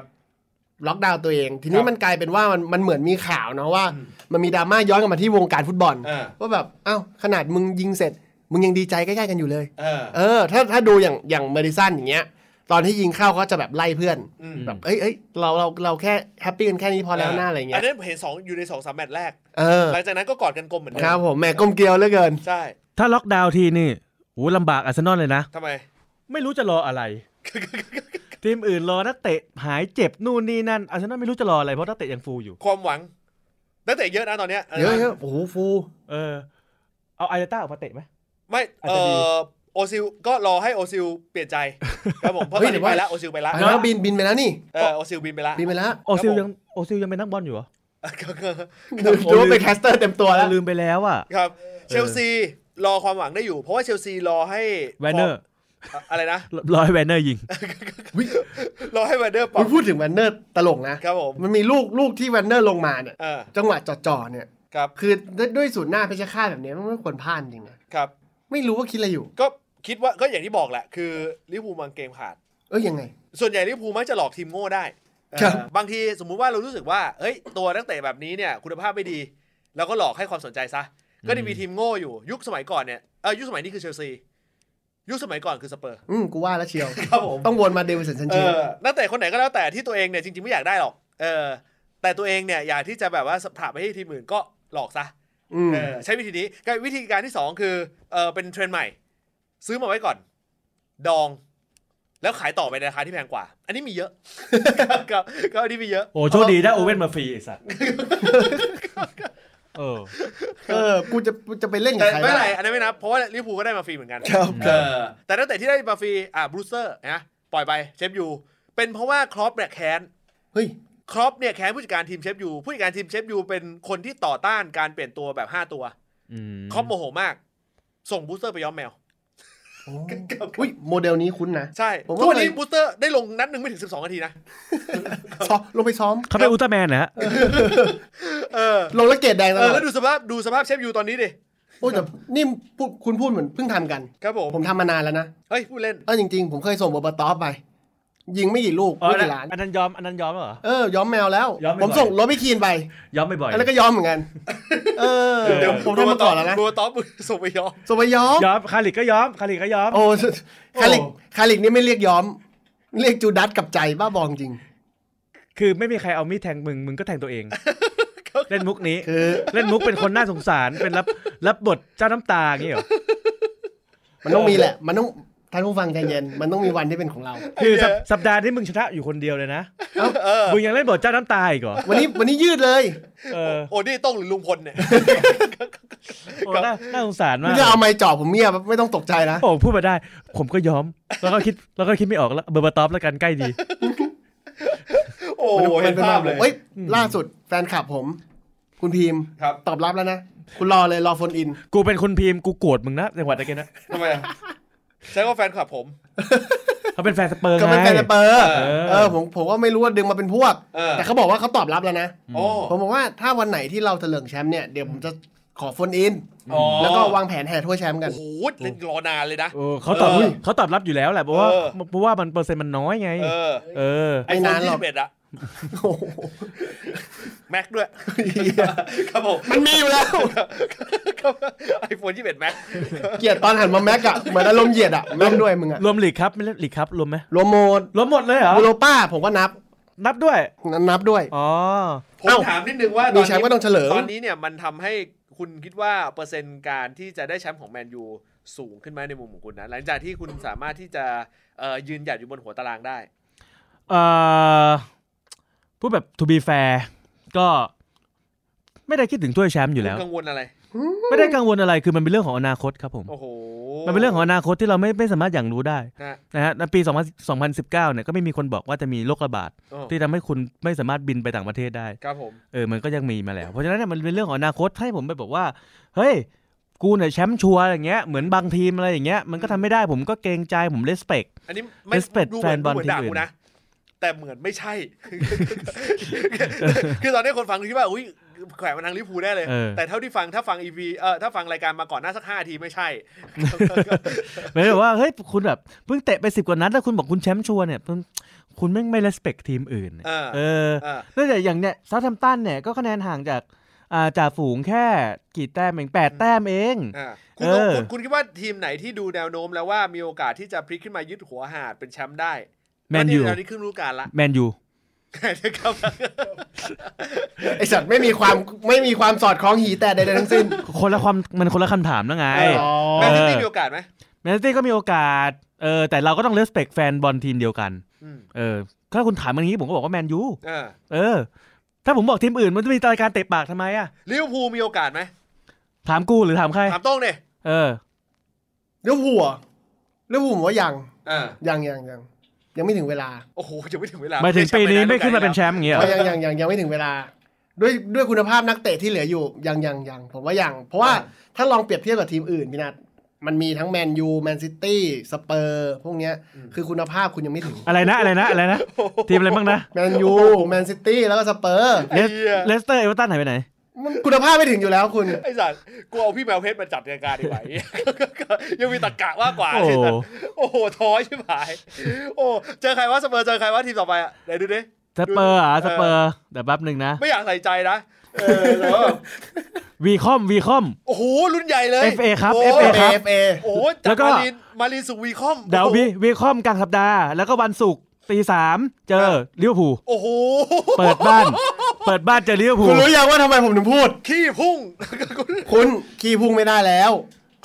Speaker 2: ล็อกดาวน์ตัวเอง ทีนี้
Speaker 1: ครับ
Speaker 2: มันกลายเป็นว่ามันมันเหมือนมีข่าวเนาะว่า
Speaker 1: อืม
Speaker 2: มันมีดราม่าย้อนกลับมาที่วงการฟุตบอล
Speaker 1: อ่า
Speaker 2: ว่าแบบ เอ้า ขนาดมึงยิงเสร็จ มึงยังดีใจใกล้ๆกันอยู่เลย
Speaker 1: เออ
Speaker 2: เออ ถ้าถ้าดูอย่างอย่างเมดิสันอย่างเงี้ย ตอนที่ยิงเข้าเขาจะแบบไล่เพื่อน
Speaker 1: อืม
Speaker 2: แบบ เอ้ยเอ้ยเราเราเราแค่แฮปปี้กันแค่นี้พอแล้วหน้าอะไรเงี้
Speaker 1: อั
Speaker 2: ย
Speaker 1: นนั้นเห็นสองอยู่ในสองสามแมตช์แรก
Speaker 2: เออ
Speaker 1: หลังจากนั้นก็กอดกันกลมเหมือนเดิ
Speaker 2: ครับ
Speaker 1: ม
Speaker 2: ผมแหม่กลมเกลียวเหลือเกิน
Speaker 1: ใช่
Speaker 3: ถ้าล็อกดาวน์ทีนี่โอ้ลำบากอาร์เซนอลเลยนะ
Speaker 1: ทำไม
Speaker 3: ไม่รู้จะรออะไร *laughs* ทีมอื่นรอนักเตะหายเจ็บนู่นนี่นั่นอาร์เซนอลไม่รู้จะรออะไรเพราะนักเตะยังฟูลอยู่
Speaker 1: ความหวังนักเตะเยอะนะตอนเนี้ย
Speaker 2: เยอะเยอะโอ้โหฟู
Speaker 3: เออ เอาไอเดต้าออกมาเตะไหม
Speaker 1: ไม่
Speaker 3: อาจ
Speaker 1: เอ
Speaker 3: จะดี
Speaker 1: อโอซิลก็รอให้โอซิลเปลี่ยนใจครับผมเพราะตอนนี้ไปแล้วโอซิลไปแล้ว
Speaker 2: ไปแล้วบินบินไปแล้วนี่
Speaker 1: เออโอซิลบินไปแล้ว
Speaker 2: บินไป *laughs* แล้ว
Speaker 3: โอซิล
Speaker 1: ผม
Speaker 3: ยังโอซิลยังเป็นนักบอลอยู่เหรอ
Speaker 2: ดูว่าเป็นแคสเตอร์เต็มตัวแล้ว
Speaker 3: ลืมไปแล้วอ่ะ
Speaker 1: ครับ เชลซีรอความหวังได้อยู่ เพราะว่าเชลซีรอให้
Speaker 3: แวนเนอร์
Speaker 1: เอ่ออะไรนะ
Speaker 3: รอให้แวนเนอร์ยิง
Speaker 2: อุ๊ย
Speaker 1: รอให้แวนเนอร์ป
Speaker 2: คุ
Speaker 1: รั
Speaker 2: ณ
Speaker 1: บ
Speaker 2: พูดถึงแวนเนอร์ตลกนะ
Speaker 1: ครับผม
Speaker 2: มันมีลูกลูกที่แวนเนอร์ลงมาเนี่ย
Speaker 1: เออ
Speaker 2: จังหวะจ่อๆเนี่ย
Speaker 1: ครับ
Speaker 2: คือด้วยสูตรหน้าเพชรฆาตแบบเนี้ยมันไม่ควรพลาดจริงนะครับ ไม่รู้ว่าคิดอะไรอยู่
Speaker 1: ก็คิดว่าก็อย่างที่บอกแหละ คือลิเวอร์พูลบางเกมขาด
Speaker 2: เอ้ยยังไง
Speaker 1: ส่วนใหญ่ลิเวอร์พูลมักจะหลอกทีมโง่ได้เออ
Speaker 2: ครับ
Speaker 1: บางทีสมมุติว่าเรารู้สึกว่าเฮ้ยตัวนักเตะแบบนี้เนี่ยคุณภาพไม่ดีเราก็หลอกให้ความสนใจซะ ก็จะมีทีมโง่อยู่ยุคสมัยก่อนเนี่ยเออยุคสมัยนี้คือเชลซียุคสมัยก่อนคือสเปอร์
Speaker 2: อืมกูว่าแล้วเชียว
Speaker 1: ครับผม
Speaker 2: ต้องวนมาเดวิสันซัน
Speaker 1: เอ
Speaker 2: เชส
Speaker 1: อนักเตะคนไหนก็แล้วแต่ที่ตัวเองเนี่ยจริงๆไม่อยากได้หรอกเออแต่ตัวเองเนี่ยอยากที่จะแบบว่าผลักไปให้ทีมอื่นก็หลอกซะ
Speaker 2: อืม
Speaker 1: เออใช้วิธีนี้กับวิธีการที่สองคือเออเป็นเทรนด์ใหม่ ซื้อมาไว้ก่อน ดอง แล้วขายต่อไปในราคาที่แพงกว่า อันนี้มีเยอะ *laughs* ครับก็อันนี้มีเยอะ
Speaker 3: โอ้โชคดี *laughs* ได้โอเว่นมาฟรีไอสัตว์เออ
Speaker 2: เออกูจะกูจะไปเล่นกั
Speaker 1: แต่
Speaker 2: บใคร
Speaker 1: ไม่เป็นไร
Speaker 2: วะ
Speaker 1: อันนั้นไม่นับเพราะว่าลิเวอร์พูลก็ได้มาฟรีเหมือนกัน
Speaker 2: ครับ
Speaker 1: เออแต่ตั้งแต่ที่ได้มาฟรีอ่ะบรูเซอร์นะปล่อยไปเชฟยูเป็นเพราะว่าครอปเนี่ยแค้น
Speaker 2: เฮ้ย
Speaker 1: ครอปเนี่ยแค้นผู้จัดการทีมเชฟยูผู้จัดการทีมเชฟยูเป็นคนที่ต่อต้านการเปลี่ยนตัวแบบ 5 ตัว
Speaker 3: อืม
Speaker 1: ครอปโมโหมาก ส่งบรูเซอร์ไปย้อมแมว
Speaker 2: โอ้อุ้ยโมเดลนี้คุ้นนะ
Speaker 1: ใช่
Speaker 2: ผมว่า
Speaker 1: ทุกวันนี้บรูเซอร์ได้ลงนัดหนึ่งไม่ถึง 12นาทีนะ
Speaker 2: ซ้อมลงไปซ้อม
Speaker 3: เขาเป็นอุลตร้าแมนนะฮะ
Speaker 1: เออ
Speaker 2: ลงแล้วเกตแดงต
Speaker 1: เออ
Speaker 2: ลอด
Speaker 1: แล้วดูสภาพดูสภาพเชฟยูตอนนี้ดิ
Speaker 2: โอ้ยแต่นี่พูดคุณพูดเหมือนเพิ่งทำกัน
Speaker 1: ครับผม
Speaker 2: ผมทำมานานแล้วนะ
Speaker 1: เฮ้ยพูดเล่น
Speaker 2: เออจริงๆ ผมเคยส่งบอบตอฟไป ยิงไม่กี่ลูก
Speaker 3: อ๋อ
Speaker 2: ไม่
Speaker 3: อัน
Speaker 2: กี่
Speaker 3: นั้น
Speaker 2: ล้าน
Speaker 3: อันนั้นยอมอันนั้นยอมแล้วเหรอ
Speaker 2: เออ ย้อมแมวแล้ว
Speaker 3: ย้อมไม่
Speaker 2: ผม
Speaker 3: บ่อย
Speaker 2: ส่งโรบิคีนไป
Speaker 3: ยอมไม่บ่อย
Speaker 2: อันนั้นก็ย้อมเหมือนกัน เออ
Speaker 1: เดี๋ยว
Speaker 2: ผมทำมาก่อนแล้วนะ
Speaker 1: ดูตอปส่งไปย้อม
Speaker 2: ส่งไปย้อม
Speaker 3: ยอมคาริกก็ยอมคาริกก็ยอม
Speaker 2: โอ้คาลิกคาลิกนี่ไม่เรียกย้อม เรียกจูดัสกับใจบ้าบองจริง
Speaker 3: คือไม่มีใครเอามีดแทงมึง มึงก็แทงตัว
Speaker 2: *laughs*
Speaker 3: เอง เล่นมุกนี้
Speaker 2: คือ
Speaker 3: เล่นมุกเป็นคนน่าสงสารเป็นรับรับบทเจ้าน้ำตาอย่างนี้เหรอ
Speaker 2: มันต้องมีแหละ มันต้องท่านผู้ฟังใจเย็น มันต้องมีวันที่เป็นของเรา
Speaker 3: คือสัปสัปดาห์นี้มึงชนะอยู่คนเดียวเลยนะ
Speaker 1: เออ
Speaker 3: มึงยังเล่นบทเจ้าน้ำตาอีกเหรอ
Speaker 2: วันนี้วันนี้ยืดเลย
Speaker 3: เออ
Speaker 1: โอ้นี่ต้องหรือลุงพลเนี่ย
Speaker 3: โอ้น่าน่าสงสารมา
Speaker 2: นี่
Speaker 3: ก
Speaker 2: จะเอาไม้จ่อผมเงียบไม่ต้องตกใจนะ
Speaker 3: โอ้พูดมาได้ ผมก็ยอม แล้วก็คิดแล้วก็คิดไม่ออกแล้วเบอร์เบอร์ท็อปแล้วกันใกล้ดี
Speaker 1: โอ้
Speaker 2: มัน
Speaker 1: เห็น
Speaker 2: เป็น
Speaker 1: ภา
Speaker 2: มา
Speaker 1: พเลย
Speaker 2: เฮ้ยล่าสุดแฟนคลับผม คุณพิมพ์
Speaker 1: ครับ
Speaker 2: ตอบรับแล้วนะคุณรอเลยรอโฟนอิน
Speaker 3: กูเป็นคนพิมพ์กูโกรธมึงนะจังหวัดตะเกียนะ
Speaker 1: ทำไมอะใช้ว่าแฟนคลับผม
Speaker 3: เขาเป็นแฟนสเปอร์
Speaker 2: ก็
Speaker 3: ไง
Speaker 2: เป็นแฟนสเปอร์
Speaker 1: เออ
Speaker 2: เออผมผมก็ไม่รู้ว่าดึงมาเป็นพวก
Speaker 1: เออ
Speaker 2: แต่เขาบอกว่าเขาตอบรับแล้วนะ
Speaker 1: โอ้
Speaker 2: ผมบอกว่าถ้าวันไหนที่เราเถลิงแชมป์เนี่ยเดี๋ยวผมจะขอโฟนอิน
Speaker 1: อ๋อ
Speaker 2: แล้วก็วางแผนแห่ถ้วยแชมป์กัน
Speaker 1: โอ้โหเล่นรอนานเลยนะ
Speaker 3: เออเขาตอบ
Speaker 1: เออ
Speaker 3: เขาตอบรับอยู่แล้วแหละเพราะว่า
Speaker 1: เออ
Speaker 3: เพราะว่ามันเปอร์เซ็นต์มันน้อยไง
Speaker 1: เออ
Speaker 3: เออ
Speaker 1: ไอ้คน
Speaker 2: นานหร
Speaker 1: ที่
Speaker 2: อก
Speaker 1: สิบเอ็ดอะ
Speaker 2: โอ้โห
Speaker 1: แม็กด้วย ครับผม
Speaker 2: มันมีอยู่แล้ว
Speaker 1: ไอโฟนยี่สิบเอ็ดแม็
Speaker 2: *laughs*
Speaker 1: ก
Speaker 2: เกลียดตอนหันมาแม็กอะเหมือนอารมณ์เหยียดอะแม็กด้วยมึงอะ
Speaker 3: รวมหลีกครับไม่เล่นหลีกครับรวมไหม
Speaker 2: โรวมโมด
Speaker 3: รวมหมดเลยเหรอ
Speaker 2: ยูโรป้าผมก็นับ
Speaker 3: นับด้วย
Speaker 2: นับด้วย
Speaker 3: อ๋อ
Speaker 1: ผม
Speaker 2: เอ้า
Speaker 1: ถามนิดนึงว่า
Speaker 2: มี
Speaker 1: ตอน
Speaker 2: แชมป์
Speaker 1: นี้
Speaker 2: ก็ต้องเฉลิม
Speaker 1: ตอนนี้เนี่ยมันทำให้คุณคิดว่าเปอร์เซ็นต์การที่จะได้แชมป์ของแมนยูสูงขึ้นไหมในมุมของคุณนะ หลังจากที่คุณสามารถที่จะเอ่อยืนหยัดอยู่บนหัวตารางได้
Speaker 3: เอ่อพูดแบบ to be fair ก็ไม่ได้คิดถึงถ้วยแชมป์อยู่แล้ว
Speaker 1: กังวลอะไร
Speaker 3: ไม่ได้กังวลอะไรคือมันเป็นเรื่องของอนาคตครับผม
Speaker 1: โอ้โห
Speaker 3: มันเป็นเรื่องของอนาคตที่เราไม่ไม่สามารถอย่างรู้ได้
Speaker 1: นะฮะ
Speaker 3: นะฮะในปี2000 2019เนี่ยก็ไม่มีคนบอกว่าจะมีโรคระบาด
Speaker 1: โอ้
Speaker 3: ที่ทำให้คุณไม่สามารถบินไปต่างประเทศได้
Speaker 1: ครับผม
Speaker 3: เออ มันก็ยังมีมาแล้ว เพราะฉะนั้นเนี่ยมันเป็นเรื่องของอนาคตให้ผมไปบอกว่า เฮ้ย กูเนี่ยแชมป์ชัวร์อย่างเงี้ย เหมือนบางทีมอะไรอย่างเงี้ย มันก็ทำไม่ได้ ผมก็เกรงใจ ผมเลสเปก
Speaker 1: อันนี้ไม่
Speaker 3: Respect
Speaker 1: ดูเหมือน
Speaker 3: แฟน
Speaker 1: ดู
Speaker 3: บอล
Speaker 1: เหมือนด่า
Speaker 3: ที่อื่น
Speaker 1: กูนะ แต่เหมือนไม่ใช่ *laughs* คือตอนนี้คนฟังคิดว่า อุ้ยแขวนมาทางลิเวอร์พูลแน่เลย
Speaker 3: เออ
Speaker 1: แต่เท่าที่ฟังถ้าฟังอีพีเออถ้าฟังรายการมาก่อนหน้าสักห้าทีไม่ใช่
Speaker 3: *laughs* หมายถึงว่า เฮ้ย คุณแบบเพิ่งเตะไปสิบกว่านัดแล้วคุณบอกคุณแชมป์ชัวร์เนี่ยคุณคุณไม่งไม่เลสเปกทีมอื่นเนี่ย
Speaker 1: เออ
Speaker 3: เออ
Speaker 1: เออ
Speaker 3: แล้วแต่อย่างเนี่ยซาทัมตันเนี่ยก็คะแนนห่างจากอ่าจ่าฝูงแค่กี่แต้มเองแปดแต้มเอง
Speaker 1: อ่าคุณต้อง
Speaker 3: เออ
Speaker 1: คุณคุณคิดว่าทีมไหนที่ดูแนวโน้มแล้วว่ามีโอกาสที่จะพลิกขึ้นมายึดหัวหาดเป็นแชมป์ได้
Speaker 3: แมนยู
Speaker 1: ตอนนี้ครึ่งฤดูกาลละ *laughs*
Speaker 3: แมนยู
Speaker 1: นะครับ
Speaker 2: ไอสัตว์ไม่มีความไม่มีความสอดคล้องหีแต่ใดๆทั้งสิ้น
Speaker 3: คนละความมันคนละคำถามแล้วไง
Speaker 1: เออแมนซิตี้มีโอกาสไหม
Speaker 3: แมนซิตี้ก็มีโอกาส เออ แต่เราก็ต้องเลสเปกแฟนบอลทีมเดียวกัน
Speaker 1: อืม
Speaker 3: เออ ถ้าคุณถามอย่างนี้ผมก็บอกว่าแมนยู
Speaker 1: เออ
Speaker 3: เออ ถ้าผมบอกทีมอื่นมันจะมีรายการเตะปากทำไมอะ
Speaker 1: ลิเวอร์พูลมีโอกาสไหม
Speaker 3: ถามกูหรือถามใคร
Speaker 1: ถามโต้องเนี่ย
Speaker 3: เออ
Speaker 2: เรื่องหัวเรื่องหัวผมว่ายัง
Speaker 1: เออ
Speaker 2: ยังยังยังยังไม่ถึงเวลา
Speaker 1: โอ้โหยังไม่ถึงเวลา
Speaker 3: หมายถึงปีนี้ไม่ขึ้นมาเป็นแชมป์อย่างเงี้ยเหร
Speaker 2: เพ
Speaker 3: อ
Speaker 2: ราะยังยังยังยังไม่ถึงเวลา ด้วยด้วยคุณภาพนักเตะที่เหลืออยู่ยังยังยังผมว่ายังเพราะว่าถ้าลองเปรียบเทียบกับทีมอื่นพี่นัทมันมีทั้งแมนยูแมนซิตี้สเปอร์พวกเนี้ยคือคุณภาพคุณยังไม่ถึง
Speaker 3: อะไรนะอะไรนะอะไรนะ ทีมอะไรบ้างนะ
Speaker 2: แมนยูแมนซิตี้แล้วก็สเปอร์
Speaker 1: ไอ้เหี้ย
Speaker 3: เลสเตอร์เอเวอร์ตันหายไปไหน
Speaker 2: มันคุณภาพไม่ถึงอยู่แล้วคุณ
Speaker 1: ไอ้สัตว์ *laughs* กูเอาพี่แมวเพชรมาจัดรายการดีกว่า *laughs* ไอ้เหี้ยยังมีตะกะว่ากกว่า
Speaker 3: โอ้โห
Speaker 1: ไอ้สัตว์โอ้โหท้อใช่ไหมโอ้เจอใครวะสเปอร์เจอใครวะทีมต่อไปอ่ะไหนดูดิ
Speaker 3: สเปอร์เหรอ่ะสเปอร์เดี๋ยวแป๊บหนึ่งนะ
Speaker 1: ไม่อยากใส่ใจนะ เออแล้วแบบ
Speaker 3: วีคอมวีคอม
Speaker 1: โอ้โห รุ่นใหญ่เลย
Speaker 3: FA ครับ
Speaker 1: โอ้
Speaker 3: FA ครับ
Speaker 2: FA
Speaker 1: โอ้โหจา
Speaker 3: แล้ว
Speaker 1: ก
Speaker 3: ก็
Speaker 1: มาลินมาลินสุวีคอม
Speaker 3: เดี๋ยววีวีคอมกลางสัปดาห์ แล้วก็วันศุกร์ตีสามเจอลิเวอร์พูล
Speaker 1: โอ้โห
Speaker 3: เปิดบ้าน เปิดบ้านเจอลิเวอร์พู
Speaker 2: คุณ
Speaker 3: ล
Speaker 2: รู้ยังว่าทำไมผมถึงพูด
Speaker 1: ขี้พุ่ง *laughs*
Speaker 2: คุณขี่พุ่งไม่ได้แล้ว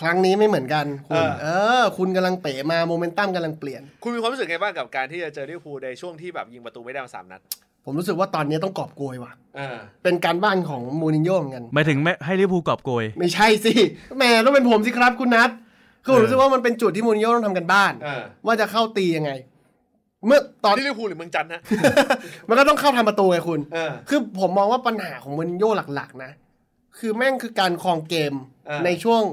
Speaker 2: ครั้งนี้ไม่เหมือนกันคุ
Speaker 1: เอ
Speaker 2: ณ
Speaker 1: อ
Speaker 2: เออ คุณกำลังเป๋มาโมเมนตัมกำลังเปลี่ยน
Speaker 1: คุณมีความรู้สึกไงบ้างกับการที่จะเจอลิเวอร์พูลในช่วงที่แบบยิงประตูไม่ได้มาสามนัด
Speaker 2: ผมรู้สึกว่าตอนนี้ต้องกอบโกยว่ะ
Speaker 1: เออ
Speaker 2: เป็นการบ้านของมูรินโญ่เหมือนกัน
Speaker 3: หมายถึงไม่ให้ลิเวอร์พูลกอบโกย
Speaker 2: ไม่ใช่สิแหมต้องเป็นผมสิครับคุณนัทคือผมรู้สึกว่ามันเป็นจุดที่มูรินโญ่ต้องทำกันบ้าน
Speaker 1: เออ
Speaker 2: ว่าจะเข้าตียังไง เมื่อตอน
Speaker 1: ที่ลิเวอร์พูลหรือเมืองจันทร์ฮะ
Speaker 2: มันก็ต้องเข้าทำประตูไงคุณ
Speaker 1: เออ
Speaker 2: คือผมมองว่าปัญหาของมูรินโญ่หลักๆ นะ คือแม่งคือการครองเกม
Speaker 1: เออ
Speaker 2: ในช่วง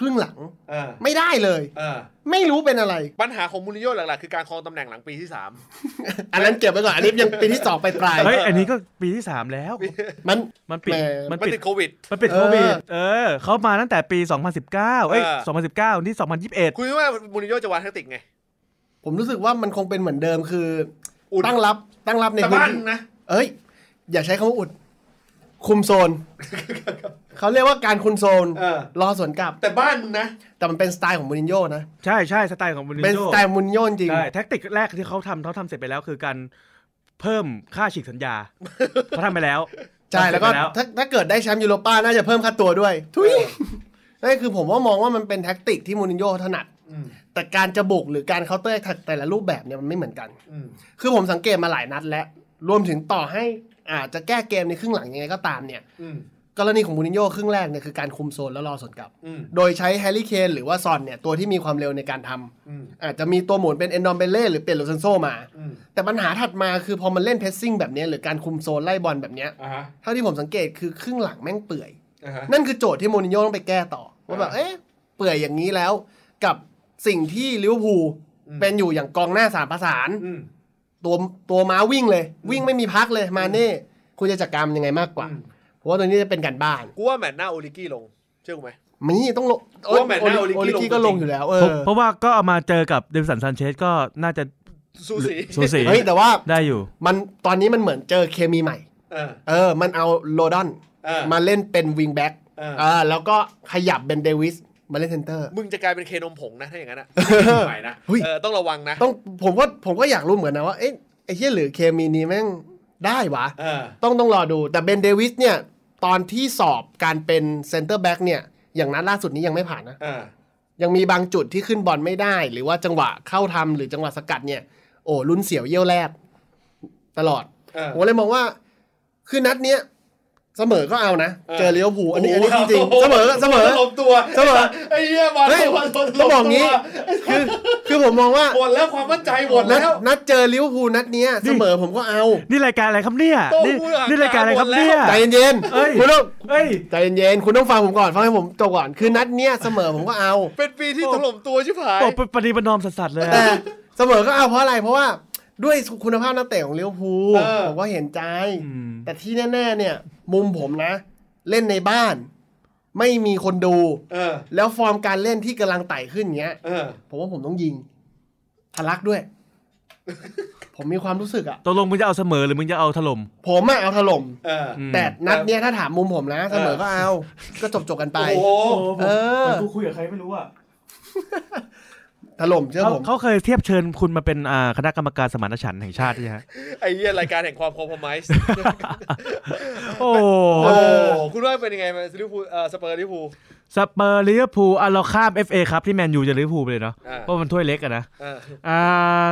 Speaker 2: ครึ่งหลัง
Speaker 1: เออ
Speaker 2: ไม่ได้เลย
Speaker 1: เออ
Speaker 2: ไม่รู้เป็นอะไร
Speaker 1: ปัญหาของมูรินโญ่หลักๆ คือการครองตำแหน่งหลังปีที่สาม
Speaker 2: อันนั้นเก็บไว้ก่อนอันนี้ยังปีที่สองไปปลายๆ
Speaker 3: เฮ้ย อันนี้ก็ปีที่สามแล้ว
Speaker 2: มัน
Speaker 3: มันปิด
Speaker 2: แหม่
Speaker 3: มัน
Speaker 1: มัน
Speaker 3: ปิด
Speaker 1: ติดโควิด
Speaker 3: มันปิด
Speaker 2: เออ
Speaker 3: โควิด เออ เขามาตั้งแต่ปี 2019 เอ้ย
Speaker 1: เออ
Speaker 3: 2019 นี่ 2021
Speaker 1: คุณคิดว่ามูรินโญ่จะวางแทคติกไง
Speaker 2: ผมรู้สึกว่ามันคงเป็นเหมือนเดิมคืออ
Speaker 1: อุด
Speaker 2: ตั้งรับตั้งรับใน
Speaker 1: แต่
Speaker 2: พื้น
Speaker 1: บ้าน
Speaker 2: ที่
Speaker 1: นะ *laughs*
Speaker 2: เอ้ย อย่าใช้คำว่าอุด คุมโซน เขาเรียกว่าการคุมโซน
Speaker 1: เออ
Speaker 2: รอสวนกลับ
Speaker 1: แต่บ้านมึงนะ
Speaker 2: แต่มันเป็นสไตล์ของมูรินโญ่นะ
Speaker 3: ใช่ใช่สไตล์ของมูริน
Speaker 2: เป็นส
Speaker 3: โญ่
Speaker 2: ไตล์มูรินโญ่จริง
Speaker 3: ใช่แท็กติกแรกที่เขาทำเขาทำเสร็จไปแล้วคือการเพิ่มค่าฉีกสัญญา *laughs* เขาทำไปแล้ว
Speaker 2: ใช่แล้วก็
Speaker 3: ทำเสร็จไป
Speaker 2: ถ้าถ้าเกิดได้แชมป์ยูโรป้าน่าจะเพิ่มค่าตัวด้วย ทุยนั่นคือผมว่ามองว่ามันเป็นแท็กติกที่มูรินโญ่ถนัด
Speaker 1: อืม
Speaker 2: แต่การจะบุกหรือการเคาน์เตอร์แต่ละรูปแบบเนี่ยมันไม่เหมือนกัน
Speaker 1: อืม
Speaker 2: คือผมสังเกตมาหลายนัดแล้ว รวมถึงต่อให้อาจจะแก้เกมในครึ่งหลังยังไงก็ตามเนี่ย
Speaker 1: อืม
Speaker 2: กรณีของมูรินโญ่ครึ่งแรกเนี่ยคือการคุมโซนแล้วรอสวนกลับ
Speaker 1: อืม
Speaker 2: โดยใช้แฮร์รี่เคนหรือว่าซอนเนี่ยตัวที่มีความเร็วในการทำ
Speaker 1: อืม
Speaker 2: อาจจะมีตัวหมุนเป็นเอนดอมเบเล่หรือเปลี่ยนโลเซนโซมา
Speaker 1: อืม
Speaker 2: แต่ปัญหาถัดมาคือพอมันเล่นเพสซิ่งแบบเนี้ยหรือการคุมโซนไล่บอลแบบเนี้ย
Speaker 1: อ่าฮะ
Speaker 2: เท่าที่ผมสังเกตคือครึ่งหลังแม่งเปื่อย
Speaker 1: อ่าฮะ
Speaker 2: นั่นคือโจทย์ที่มูรินโญ่ต้องไปแก้ต่อว่าแบบ
Speaker 1: อ่า
Speaker 2: เอ๊ะเปื่อยอย่างนี้แล้ว กับสิ่งที่ลิเวอร์พูล
Speaker 1: อืม
Speaker 2: เป็นอยู่อย่างกองหน้าสามประสาน
Speaker 1: อืม
Speaker 2: ตัวตัวม้าวิ่งเลย วิ่งไม่มีพักเลยมาเน่คุณจะจัดการมันยังไงมากกว่า
Speaker 1: อืม
Speaker 2: เพราะว่าตัวนี้จะเป็นการบ้าน
Speaker 1: กูว่าแมตช์หน้าโอลิกี้ลง เชื่อกูไหม
Speaker 2: มีต้องลง
Speaker 1: เพราะว่าแมตช์หน้าโอลิกิ
Speaker 2: โอลิ
Speaker 1: ลงจ
Speaker 2: กิ
Speaker 1: ริง
Speaker 2: ก็ลงอยู่แล้ว เอ
Speaker 3: เพราะ
Speaker 2: อ
Speaker 3: เพราะว่าก็เอามาเจอกับเดวิสันซานเชสก็น่าจะ
Speaker 1: สูสี
Speaker 3: สูสี
Speaker 2: เฮ้ยแต่ว่า
Speaker 3: ได้อยู่
Speaker 2: มันตอนนี้มันเหมือนเจอเคมีใหม่
Speaker 1: เออ
Speaker 2: เออ มันเอาโลดอน
Speaker 1: เออ
Speaker 2: มาเล่นเป็นวิงแบ็ก
Speaker 1: เออ
Speaker 2: เออแล้วก็ขยับเบนเดวิสมาเล่นเซนเตอร์
Speaker 1: มึงจะกลายเป็นเคนมผงนะถ้าอย่างนั้นอ่ะใหม่นะ
Speaker 2: เฮ้ย
Speaker 1: เออต้องระวังนะ
Speaker 2: ต้องผมก็ผมก็อยากรู้เหมือนนะว่า เอ๊ะไอ้เหี้ยหรือเคมีนี้แม่งได้วะ
Speaker 1: เออ
Speaker 2: ต้องต้องรอดูแต่เบนเดวิสเนี่ย ตอนที่สอบการเป็นเซนเตอร์แบ็กเนี่ย อย่างนั้นล่าสุดนี้ยังไม่ผ่านนะ
Speaker 1: เออ
Speaker 2: ยังมีบางจุดที่ขึ้นบอลไม่ได้ หรือว่าจังหวะเข้าทำหรือจังหวะสกัดเนี่ย โอ้ลุ้นเสียวเยี่ยวแลบตลอด
Speaker 1: เออ
Speaker 2: ผมเลยมองว่า คือนัดเนี้ยเสมอก็เอานะ
Speaker 1: เออ
Speaker 2: เจอเลี้ยวผูลอันนี้อันนี้
Speaker 1: โโห
Speaker 2: จริงๆเสมอเสมอ
Speaker 1: ถล่ตัว
Speaker 2: เสมอ
Speaker 1: ไอ้เหี้ยมา
Speaker 2: เฮ้ย
Speaker 1: มาถล่ม
Speaker 2: ต้องบอกงี้
Speaker 1: ตัว
Speaker 2: คือคือผมมองว่า
Speaker 1: หมดแล้วความมั่นใจหมด
Speaker 2: นัด
Speaker 1: แล้ว
Speaker 2: นัดเจอลิเวอร์พูลนัดเนี้ยเสมอผมก็เอา
Speaker 3: นี่รายการอะไรครับเนี่ย
Speaker 1: โต้
Speaker 3: นี่
Speaker 1: พูดอ่ะ
Speaker 3: นี่รายการอะไรครับเนี่ย
Speaker 1: หมด
Speaker 2: ใจ
Speaker 1: แล้ว
Speaker 2: เย็น
Speaker 3: เอ้ย
Speaker 2: ๆคุณต้อง
Speaker 3: เฮ้ย
Speaker 2: ใจเย็นๆคุณต้องฟังผมก่อนฟังให้ผมจบก่อนคือนัดเนี้ยเสมอผมก็เอา
Speaker 1: เป็นปีที่
Speaker 3: โอ้
Speaker 1: ถล่มตัวชิบหาย
Speaker 3: บอกปปฏิบัตินอมสัสๆเลย
Speaker 2: แต่
Speaker 3: อะ
Speaker 2: เสมอก็เอาเพราะอะไรเพราะว่าด้วยคุณภาพนักเตะของลิเวอร์พูล
Speaker 1: เออ
Speaker 2: ผมก็เห็นใจ
Speaker 3: อืม
Speaker 2: แต่ที่แน่ๆเนี่ย มุมผมนะ เล่นในบ้าน ไม่มีคนดู
Speaker 1: เออ
Speaker 2: แล้วฟอร์มการเล่นที่กำลังไต่ขึ้นเงี้ย
Speaker 1: เออ
Speaker 2: ผมว่าผมต้องยิงทะลักด้วย ผมมีความรู้สึกอะ
Speaker 3: ตกลงมึงจะเอาเสมอหรือมึงจะเอาถล่ม
Speaker 2: ผมอะเอาถล่ม
Speaker 1: เออ
Speaker 3: อืม
Speaker 2: แต่นัดเนี้ยถ้าถามมุมผมนะ เสมอก็เอา ก็จบจบๆกันไป
Speaker 1: โอ้โห
Speaker 3: โอ้โหผม
Speaker 2: เออ
Speaker 3: มันกูคุยกับใครไม่รู้อ่ะ
Speaker 2: ถล่มเชื่อ
Speaker 3: เขา
Speaker 2: ผม
Speaker 3: เขาเคยเทียบเชิญคุณมาเป็นอ่าคณะกรรมการสมานฉันท์แห่งชาติใช่ไหมฮะ
Speaker 1: ไอ้เหี้ยรายการแห่งความคอมพไมซ์
Speaker 3: โอ้โห
Speaker 1: โอ้โหคุณว่าเป็นยังไงมันลิเวอร์พูลเออสเปอร์ลิเวอร์พูล
Speaker 3: สเปอร์ลิเวอร์พูลอ่ะเราข้าม FA ครับที่แมนยูจะลิเวอร์พูลไปเลยเนาะ
Speaker 1: อ่า
Speaker 3: เพราะมันถ้วยเล็กอะนะ
Speaker 1: เออ
Speaker 3: อ่า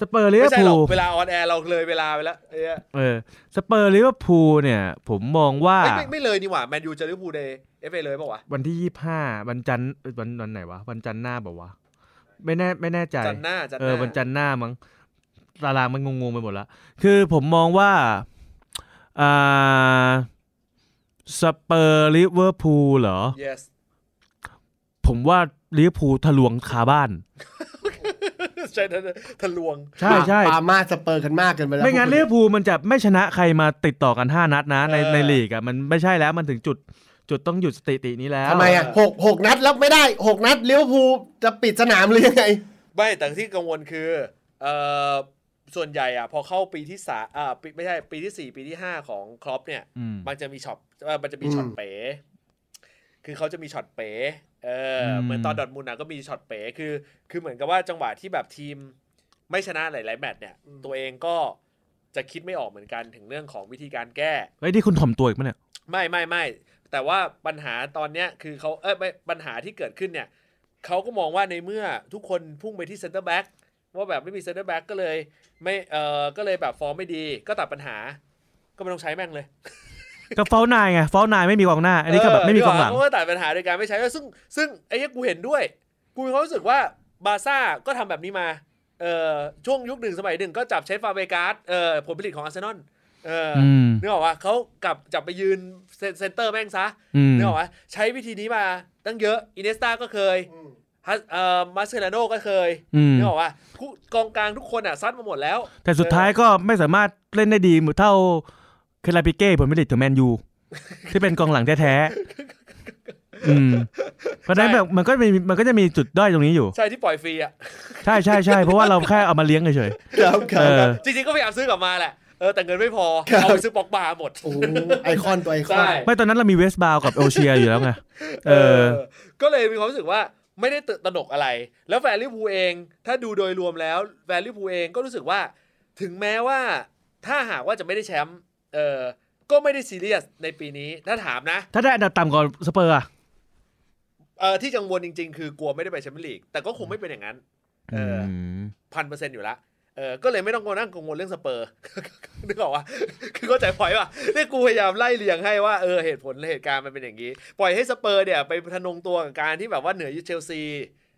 Speaker 3: สเปอร์ลิเวอ
Speaker 1: ไม่
Speaker 3: ร์
Speaker 1: ใช่
Speaker 3: พู
Speaker 1: หรอ
Speaker 3: ล
Speaker 1: กเวลาออนแอร์เราเลยเวลาไปแล้วไอ้เหี้ย
Speaker 3: เออสเปอร์ลิเวอร์พูลเนี่ย ผมมองว่า
Speaker 1: เอ้ยไม่ไม่เลยนี่หว่าแมนยูเจอลิเวอร์พูลในเอฟเอเลยเปล่าวะ
Speaker 3: วันที่ยี่ห้าวันจันทร์เอ้ยวันวันไหนวะวันจันทร์หน้าบอกว่าวะไม่แน่ไม่แน่ใจ
Speaker 1: จันทร์หน้าจันทร์
Speaker 3: เอ
Speaker 1: ห
Speaker 3: อ
Speaker 1: น้า
Speaker 3: วันจันทร์หน้ามั้งตารางมันงงๆไปหมดละคือผมมองว่าอ่าสเปอร์ลิเวอร์พูลเหรอ
Speaker 1: yes *laughs*
Speaker 3: ผมว่าลิเวอร์พูลทะลวงคาบ้าน
Speaker 1: ใช่นะทะลวง
Speaker 3: ใช่ใช่
Speaker 2: ปามาสเปอร์กันมากเกินไปแล้ว
Speaker 3: ไม่งั้นลิเวอร์พูลมันจะไม่ชนะใครมาติดต่อกัน 5 นัดนะ ใน
Speaker 1: เออ
Speaker 3: ในลีกอ่ะมันไม่ใช่แล้วมันถึงจุดจุดต้องหยุดสถิตินี้แล้ว
Speaker 2: ทำไมอะหกหกนัดรับไม่ได้หกนัดลิเวอร์พูลจะปิดสนามหรือยังไง
Speaker 1: ไม่แต่ที่กังวลคือเอ่อส่วนใหญ่อ่ะพอเข้าปีที่สามอ่าปีไม่ใช่ปีที่สี่ปีที่ห้าของครอปเนี่ย
Speaker 3: อืม
Speaker 1: มันจะมีช็อปเอ่อมันจะมีช็อต
Speaker 2: อืม
Speaker 1: เป๋ คือเขาจะมีช็อตเป๋ เอออ
Speaker 3: ม
Speaker 1: เหมือนตอนดอร์ทมุนด์อ่ะก็มีช็อตเป๋ คือ คือเหมือนกับว่าจังหวะที่แบบทีมไม่ชนะหลาย ๆ แมตช์เนี่ย ตัวเองก็จะคิดไม่ออกเหมือนกันถึงเรื่องของวิธีการแก้
Speaker 3: ไอ้ยนี่คุณถ่อมตัวอีกมั้ยเนี่ย
Speaker 1: ไม่ไม่ไม่แต่ว่าปัญหาตอนเนี้ยคือเขาเอ้ยไม่ปัญหาที่เกิดขึ้นเนี่ยเขาก็มองว่าในเมื่อทุกคนพุ่งไปที่เซนเตอร์แบ็กว่าแบบไม่มีเซนเตอร์แบ็กก็เลยไม่เออก็เลยแบบฟอร์มไม่ดีก็ตัดปัญหา ก็ไม่ต้องใช้แม่งเลย
Speaker 3: ก็เฝ้านายไงเฝ้านายไม่มีกองหน้า อันนี้ก็แบบไม่มีกองหลัง
Speaker 1: เก็ตัดปัญหาโดยการไม่ใช้ซึ่งซึ่งไอ้เนี้ยกูเห็นด้วยกูมีความรู้สึกว่าบาร์ซ่าก็ทำแบบนี้มาเออช่วงยุคหนึ่งสมัยหนึ่งก็จับใช้ฟาเบการ์ดเออผลผลิตของอาร์เซนอลเอออ
Speaker 3: อืม
Speaker 1: นึกออกว่าเขากลับจับไปยืนเซนเซนเตอร์แม่งซะ
Speaker 3: อืม
Speaker 1: นึกออกไหมใช้วิธีนี้มาตั้งเยอะอินเนสตาก็เคยฮัสเอ่อมาเซนาโนก็เคย
Speaker 3: อืม
Speaker 1: นึกออกว่ากูกองกลางทุกคนอ่ะซัดมาหมดแล้ว
Speaker 3: แต่สุดท้ายก็ไม่สามารถเล่นได้ดีเหมือนเท่าเคลาปิเก้ผลผลิตของแมนยู ที่เป็นกองหลังแท้ๆอืมเพราะฉะนั้น
Speaker 1: ใช่
Speaker 3: แบบมันก็มีมันก็จะมีจุดด้อยตรงนี้อยู่
Speaker 1: ใช่ที่ปล่อยฟรีอ่ะ
Speaker 3: ใช่ใช่ใช่เพราะว่าเราแค่เอามาเลี้ยงเฉย
Speaker 2: ครับ
Speaker 3: ๆ
Speaker 2: ค
Speaker 3: เอ
Speaker 2: รับ
Speaker 3: อ
Speaker 1: จริงๆก็พยายามซื้อกลับมาแหละเออแต่เงิน
Speaker 3: *laughs*
Speaker 1: ไม่พอ
Speaker 2: ครับ
Speaker 1: เอาไปซื้อปอกบาหมด
Speaker 2: โอ้โหไอคอนตัวไอคอน
Speaker 1: ใช่
Speaker 3: ไม่ตอนนั้นเรามีเวสบาวกับโอเชียอยู่แล้วไงเออ
Speaker 1: ก็เลยมีความรู้สึกว่าไม่ได้ตื่นตระหนกอะไร แล้วแฟนลิเวอร์พูลเอง ถ้าดูโดยรวมแล้วแฟนลิเวอร์พูลเองก็รู้สึกว่า ถึงแม้ว่า ถ้าหากว่าจะไม่ได้แชมป์เออก็ไม่ได้ซีเรียสในปีนี้ถ้าถามนะ
Speaker 3: ถ้าได้อันดับต่ำกว่าสเปอร์อะ
Speaker 1: เออที่กังวลจริงๆ คือกลัวไม่ได้ไปแชมเปี้ยนลีกแต่ก็คงไม่เป็นอย่างนั้น เออ
Speaker 3: ม
Speaker 1: พันเปอร์เซ็นต์อยู่ละเออก็เลยไม่ต้องกังวลนั่งกังวลเรื่องสเปอร์ *laughs* นึกออกว่า คือเข้าใจพอยป่ะเนี่ยกูพยายามไล่เรียงให้ว่าเออเหตุผลและเหตุการณ์มันเป็นอย่างนี้ ปล่อยให้สเปอร์เนี่ยไปทะนงตัวกับการที่แบบว่าเหนือยูเชลซี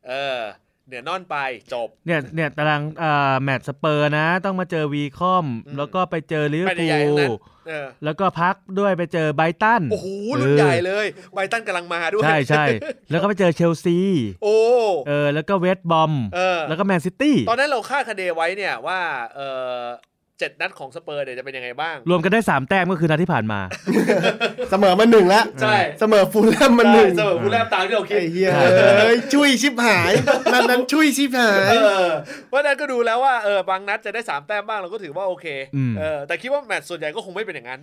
Speaker 1: เออเหนือนอนไปจบ
Speaker 3: เนี่ยเนี่ยตารางอ่าแมตช์สเปอร์นะ ต้องมาเจอวีคอม
Speaker 1: อืม
Speaker 3: แล้วก็ไปเจอลิเวอ
Speaker 1: ไม่
Speaker 3: ร์
Speaker 1: ได้
Speaker 3: พู
Speaker 1: ใหญ่ทั้งนั้
Speaker 3: ล
Speaker 1: นเออ
Speaker 3: แล้วก็พักด้วยไปเจอไบรตัน
Speaker 1: โอ้โหรุ่นใหญ่เลยไบรตันกำลังมาด้วย
Speaker 3: ใช่ใช่ แล้วก็ไปเจอเชลซี
Speaker 1: โอ้
Speaker 3: เออ แล้วก็เวสต์บอม
Speaker 1: เออ
Speaker 3: แล้วก็แมนซิตี้
Speaker 1: ตอนนั้นเราคาดคะเนไว้เนี่ยว่าเออ เจ็ดนัดของสเปอร์เนี่ยจะเป็นยังไงบ้าง
Speaker 3: รวมกันได้สามแต้มก็คือนัดที่ผ่านมา
Speaker 2: เสมอมาหนึ่งแล้ว
Speaker 1: ใช่
Speaker 2: เสมอฟูลแลมมาห
Speaker 1: ใช่
Speaker 2: นึ่ง
Speaker 1: เสมอผู้แรกตามที่เราคิด
Speaker 2: ไอ้เหี้ยเอ้ยชุยชิบหายนัดนั้นชุยชิบหาย
Speaker 1: เออเพราะฉะนั้นก็ดูแล้วว่าเออบางนัดจะได้สามแต้มบ้างเราก็ถือว่าโอเค
Speaker 3: อืม
Speaker 1: เออแต่คิดว่าแมตช์ส่วนใหญ่ก็คงไม่เป็นอย่างนั้น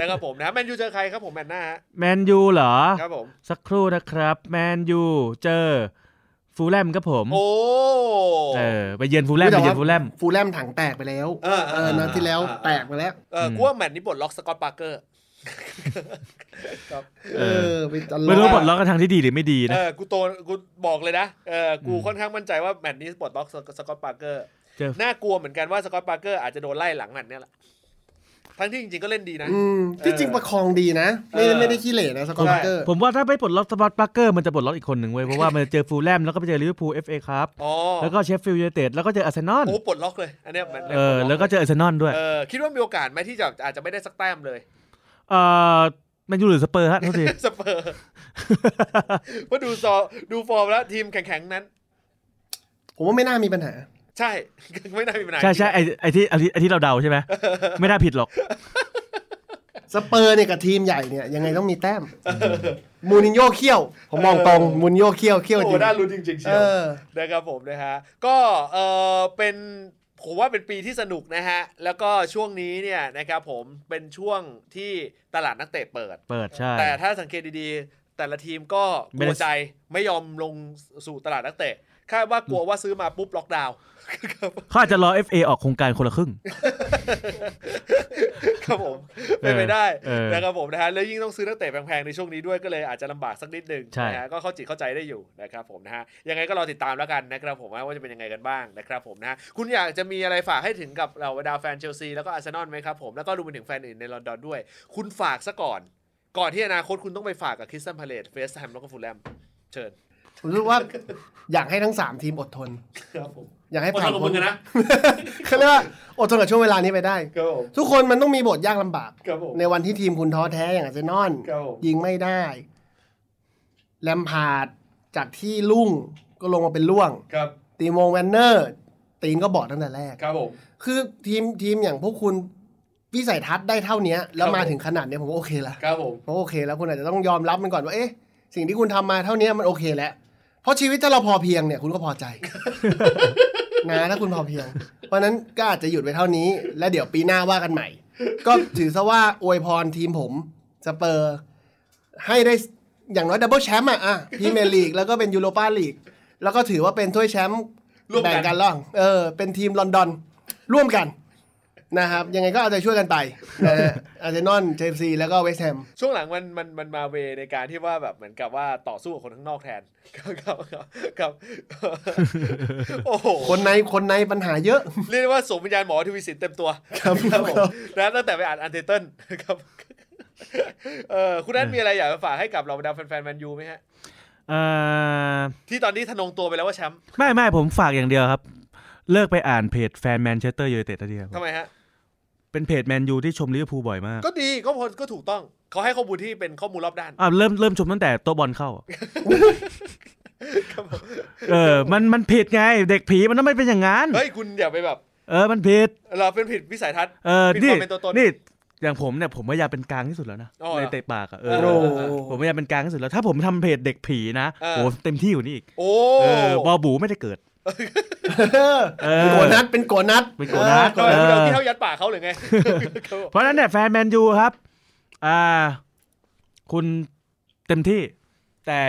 Speaker 1: นะครับผมนะแมนยูเจอใครครับผมแมตช์หน้าฮะ
Speaker 3: แมนยูเหรอ
Speaker 1: ครับผม
Speaker 3: สักครู่นะครับ แมนยูเจอ ฟูลแลมครับผม
Speaker 1: โอ้
Speaker 3: เออ ไปเยือนฟูลแลม
Speaker 2: แต่
Speaker 3: ไป
Speaker 2: ว่า
Speaker 3: เยือนฟูลแลม
Speaker 2: ฟูลแลมถังแตกไปแล้ว
Speaker 1: เออ
Speaker 2: เออนัดที่แล้วแตกไปแล้ว
Speaker 1: เออกูว่าแมตช์นี้ปลดล็อกสกอตปาร์เกอร์
Speaker 3: เอ
Speaker 2: เอ
Speaker 3: อ
Speaker 2: อไปตล
Speaker 3: ไม่รู้
Speaker 2: อด
Speaker 3: ปลดล็อกกันทางที่ดีหรือไม่ดี
Speaker 1: เอ
Speaker 3: นะ
Speaker 1: อกูโตกูบอกเลยนะเออกู
Speaker 3: อืม
Speaker 1: ค่อนข้างมั่นใจว่าแมตช์นี้ปลดล็อกสกอตปาร์เกอร์
Speaker 3: เจอ
Speaker 1: น่ากลัวเหมือนกันว่าสกอตปาร์เกอร์อาจจะโดนไล่หลังแมตช์เนี้ยแหละทั้งที่จริงๆก็เล่นดีนะ
Speaker 2: อืมที่จริงประคองดีนะ ไม่
Speaker 1: เออ
Speaker 2: ไม่ได้ขี้เหร่นะสกอร์บัคเกอร์
Speaker 3: ผมว่าถ้าไม่ปลดล็อกสปอตปาร์เกอร์มันจะปลดล็อกอีกคนหนึ่งเว้ย เพราะว่ามันจะเจอฟูลแลมแล้วก็ไปเจอลิเวอร์พูลเอฟเอครับ
Speaker 1: อ๋อ
Speaker 3: แล้วก็เชฟฟิลด์ยูไนเต็ดแล้วก็เจออาร์เซนอล
Speaker 1: โอ้ปลดล็อกเลยอันเนี้ยแมตช์นี้ป
Speaker 3: เออ
Speaker 1: ด
Speaker 3: แล้วก็เจออาร์เซนอลด้วย
Speaker 1: เออคิดว่ามีโอกาสไหมที่จะอาจจะไม่ได้สักแต้มเลย
Speaker 3: เออแมนยูหรือสเปอร์ฮะโท
Speaker 1: *laughs*
Speaker 3: ษที
Speaker 1: สเป
Speaker 3: *laughs*
Speaker 1: อร์ว่าะดูซอดูฟอร์มแล้วทีมแข็งๆนั้น
Speaker 2: ผมว่าไม่น่ามีปัญหา
Speaker 1: ใช่ *laughs* ไม่น่ามีปัญหา
Speaker 3: ใช่ใช่ไอไอที่ไอ้ที่ไอที่เราเดาใช่ไหม ไม่น่าผิดหรอก
Speaker 2: สเปอร์เนี่ยกับทีมใหญ่เนี่ยยังไงต้องมีแต้ม มูนินโญ่เขี้ยว ผมมองตรงมูนินโญ่เขี้ยวเขี้ยวจ
Speaker 1: โอ้
Speaker 2: ริง
Speaker 1: น่ารู้นจริงๆเชี
Speaker 2: เอ
Speaker 1: ยว
Speaker 2: อ
Speaker 1: นะครับผมนะฮะก็เออเป็นผมว่าเป็นปีที่สนุกนะฮะ แล้วก็ช่วงนี้เนี่ยนะครับผมเป็นช่วงที่ตลาดนักเตะเปิด
Speaker 3: เปิดใช่
Speaker 1: แต่ถ้าสังเกตดีๆ แต่ละทีมก็ก
Speaker 3: ไม่
Speaker 1: ลั
Speaker 3: ได้
Speaker 1: วใจไม่ยอมลงสู่ตลาดนักเตะคาดว่ากลัวว่าซื้อมาปุ๊บล็อกดาวน์ *laughs*
Speaker 3: เขาอาจจะรอ FA ออกโครงการคนละครึ่ง
Speaker 1: ครับผมเป็นไปได้
Speaker 3: เออ
Speaker 1: นะครับผมนะฮะแล้วยิ่งต้องซื้อนักเตะแพงๆในช่วงนี้ด้วยก็เลยอาจจะลำบากสักนิดหนึง
Speaker 3: ใช่
Speaker 1: นะฮะก็เข้าจิตเข้าใจได้อยู่นะครับผมนะฮะยังไงก็รอติดตามแล้วกันนะครับผมว่าจะเป็นยังไงกันบ้างนะครับผมนะฮะคุณอยากจะมีอะไรฝากให้ถึงกับเหล่าบรรดาแฟนเชลซีแล้วก็อาร์เซนอลไหมครับผมแล้วก็รวมไปถึงแฟนอื่นในลอนดอนด้วย คุณฝากซะก่อน ก่อนที่อนาคตคุณต้องไปฝากกับคริสตันพาเลตเฟสแฮมแล้วก็ฟูลแลมเชิญ
Speaker 2: ผมรู้สึกว่าอยากให้ทั้งสามทีมอดทน
Speaker 1: ครับผม
Speaker 2: อยากให้
Speaker 1: อด
Speaker 2: ผ่า
Speaker 1: ท
Speaker 2: น
Speaker 1: นกับ
Speaker 2: พ้
Speaker 1: มึง
Speaker 2: น
Speaker 1: อะนะ
Speaker 2: *laughs* เขาเรียกว่าอดทนกับช่วงเวลานี้ไปได้
Speaker 1: ครับผม
Speaker 2: ทุกคนมันต้องมีบทยากลำบาก
Speaker 1: ครับผม
Speaker 2: ในวันที่ทีมคุณท้อแท้อย่างอาร์เซนอล
Speaker 1: ครับผม
Speaker 2: ยิงไม่ได้แลมพาร์ดจากที่ลุ่งก็ลงมาเป็นล่วง
Speaker 1: ครับ
Speaker 2: ตีโมงแวนเนอร์ ตีนก็บอดตั้งแต่แรก
Speaker 1: ครับผม
Speaker 2: คือทีมทีมอย่างพวกคุณวิสัยทัศน์ได้เท่าเนี้ย แล้วมาถึงขนาดเนี้ยผมว่าโอเคละ
Speaker 1: ครับผม
Speaker 2: เพราะโอเคแล้วคุณอาจจะต้องยอมรับมันก่อนว่าเอ๊ะสิ่งที่คุณทำมาเท่าเนี้ยมันโอเคแล้วเพราะชีวิตถ้าเราพอเพียงเนี่ยคุณก็พอใจ นะถ้าคุณพอเพียง เพราะฉะนั้นก็อาจจะหยุดไปเท่านี้ และเดี๋ยวปีหน้าว่ากันใหม่ ก็ถือซะว่าอวยพรทีมผมสเปอร์ ให้ได้อย่างน้อยดับเบิลแชมป์อ่ะอ่ะพรีเมียร์ลีกแล้วก็เป็นยูโรปาลีกแล้วก็ถือว่าเป็นถ้วยแชมป์แบ่งกันล่องเออ เป็นทีมลอนดอน ร่วมกันนะครับ ยังไงก็เอาใจช่วยกันไปนะฮะอาร์เซนอลเชลซีแล้วก็เวสต์แฮม
Speaker 1: ช่วงหลังมันมันมันมาเวในการที่ว่าแบบเหมือนกับว่าต่อสู้กับคนข้างนอกแทน *laughs* ครับครับครับครับ *laughs* โอ้โห
Speaker 2: คนในคนในปัญหาเยอะ
Speaker 1: เรียกได้ว่าสมวิญญาณหมอทวีสินเต็มตัว
Speaker 2: ครับ
Speaker 1: ครับผม
Speaker 2: ครับ
Speaker 1: นะตั้งแต่ไปอ่านอันเทเติล *laughs* ครับเออคุณนัทมีอะไรอยากจะฝากให้กับเราบรรดาแฟนๆแมนยูไหมฮะ
Speaker 3: เออ
Speaker 1: ที่ตอนนี้ทะนงตัวไปแล้วว่าแชมป์
Speaker 3: ไม่ไม่ผมฝากอย่างเดียวครับ เลิกไปอ่านเพจแฟนแมนเชสเตอร์ยูไนเต็ดทีเดียว
Speaker 1: ทำไมฮะ
Speaker 3: เป็นเพจแมนยูที่ชมลิเวอร์พูลบ่อยมาก
Speaker 1: ก็ดีก็พอก็ถูกต้องเขาให้ข้อมูลที่เป็นข้อมูลรอบด้าน
Speaker 3: อ่าเริ่มเริ่มชมตั้งแต่โต๊ะบอลเข้า
Speaker 1: *laughs* ครับผม
Speaker 3: เออ มันมันผิดไง เด็กผีมันต้องไม่เป็นอย่างนั้น
Speaker 1: เฮ้ยคุณอย่าไปแบบ
Speaker 3: เออมันผิด
Speaker 1: เราเป็นผิดวิสัยทัศน์
Speaker 3: เออ
Speaker 1: ผิด
Speaker 3: นี่
Speaker 1: ความเป็นตัวตน
Speaker 3: นี่อย่างผมเนี่ยผมพยายามเป็นกลางที่สุดแล้วนะ
Speaker 1: อ๋อเหรอ
Speaker 3: ในเตะปากอะเอ
Speaker 1: โ
Speaker 3: อ
Speaker 2: โห
Speaker 3: ผมพยายามเป็นกลางที่สุดแล้ว ถ้าผมทำเพจเด็กผีนะ
Speaker 1: เออ
Speaker 3: โอ้เต็มที่กว่านี้อีก
Speaker 1: โอ้
Speaker 3: เออบอบูไม่ได้เกิด เออ
Speaker 2: โกนัดเป็นโกนัด
Speaker 3: เป็นโกนัด
Speaker 1: ทำไมคุณเอาที่เท่ายัดปากเขาหรือไงครับผม
Speaker 3: เพราะฉะนั้นเนี่ยแฟนแมนยูครับ อ่า คุณเต็มที่ แต่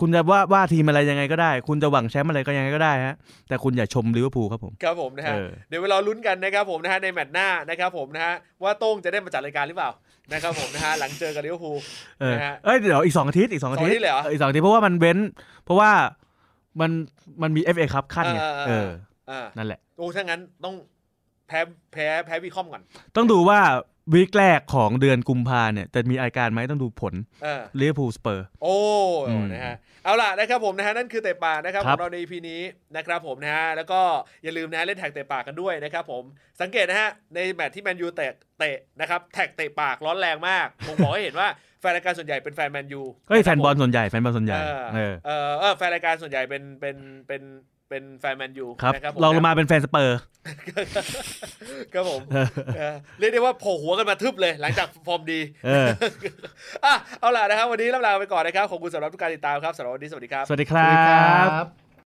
Speaker 3: คุณจะว่าว่าทีมอะไรยังไงก็ได้ คุณจะหวังแชมป์อะไรก็ยังไงก็ได้ฮะแต่คุณอย่าชมลิเวอร์พูลครับผม
Speaker 1: ครับผมนะฮะ
Speaker 3: เออ
Speaker 1: เดี๋ยวไปรอลุ้นกันนะครับผมนะฮะในแมตช์หน้านะครับผมนะฮะว่าโต้งจะได้มาจัดรายการหรือเปล่า *laughs* นะครับผมนะฮะหลังเจอกับลิเวอร์พูล
Speaker 3: เออ
Speaker 1: นะฮะ
Speaker 3: เอ้ยเดี๋ยวอีกสองอาทิตย์อีกสองอาทิ
Speaker 1: สอ
Speaker 3: ต
Speaker 1: งอาทิตย์
Speaker 3: ย์
Speaker 1: เลยเหรอ
Speaker 3: อีกสองอาทิตย์เพราะว่ามันเว้น เพราะว่ามันมันมี FA ครับขั้นไง
Speaker 1: เออเออ
Speaker 3: เอ
Speaker 1: เออ
Speaker 3: อ
Speaker 1: อ่า
Speaker 3: นั่นแหละ
Speaker 1: โอ้ถ้างั้นต้องแพ้แพ้แพ้วีคอมก่อน
Speaker 3: ต้องดูว่าวีคแรกของเดือนกุมภาเนี่ยจะมีอาการไหมต้องดูผล
Speaker 1: เออ
Speaker 3: ลิเวอร์พูลสเปอร์
Speaker 1: โอ้
Speaker 3: อืม
Speaker 1: นะฮะเอาล่ะนะครับผมนะฮะนั่นคือเตะปากนะครับ
Speaker 3: ค
Speaker 1: ข
Speaker 3: รั
Speaker 1: อบ งเราใน EP นี้นะครับผมนะฮะแล้วก็อย่าลืมนะฮะเล่นแท็กเตะปากกันด้วยนะครับผมสังเกตนะฮะในแมตช์ที่แมนยูเตะเตะนะครับแท็กเตะปากร้อนแรงมากผมบอกให้เห็นว่าแฟนรายการส่วนใหญ่เป็นแฟนแมนยู
Speaker 3: เฮ้ย
Speaker 1: ะค
Speaker 3: แฟ
Speaker 1: รับ
Speaker 3: น
Speaker 1: ผม
Speaker 3: บอลส่วนใหญ่แฟนบอลส่วนใหญ่
Speaker 1: เออ
Speaker 3: เอ
Speaker 1: เอ
Speaker 3: อ
Speaker 1: อเออแฟนรายการส่วนใหญ่เป็นเป็นเป็น เป็นแฟนแมนยู
Speaker 3: ครับ
Speaker 1: นะครับผ
Speaker 3: ลองลงมาเป็นแฟนสเปอร์
Speaker 1: ครับผมเออเรียกได้ว่าโผล่หัวกันมาทึบเลย หลังจากฟอร์มดี
Speaker 3: เออ
Speaker 1: อ่ะเอาล่ะนะครับ วันนี้ลำลาไปก่อนนะครับขอบคุณสำหรับทุกการติดตามครับสำหรับวันนี้สวัสดีครับ
Speaker 3: สวัสดีครับ
Speaker 2: ครับ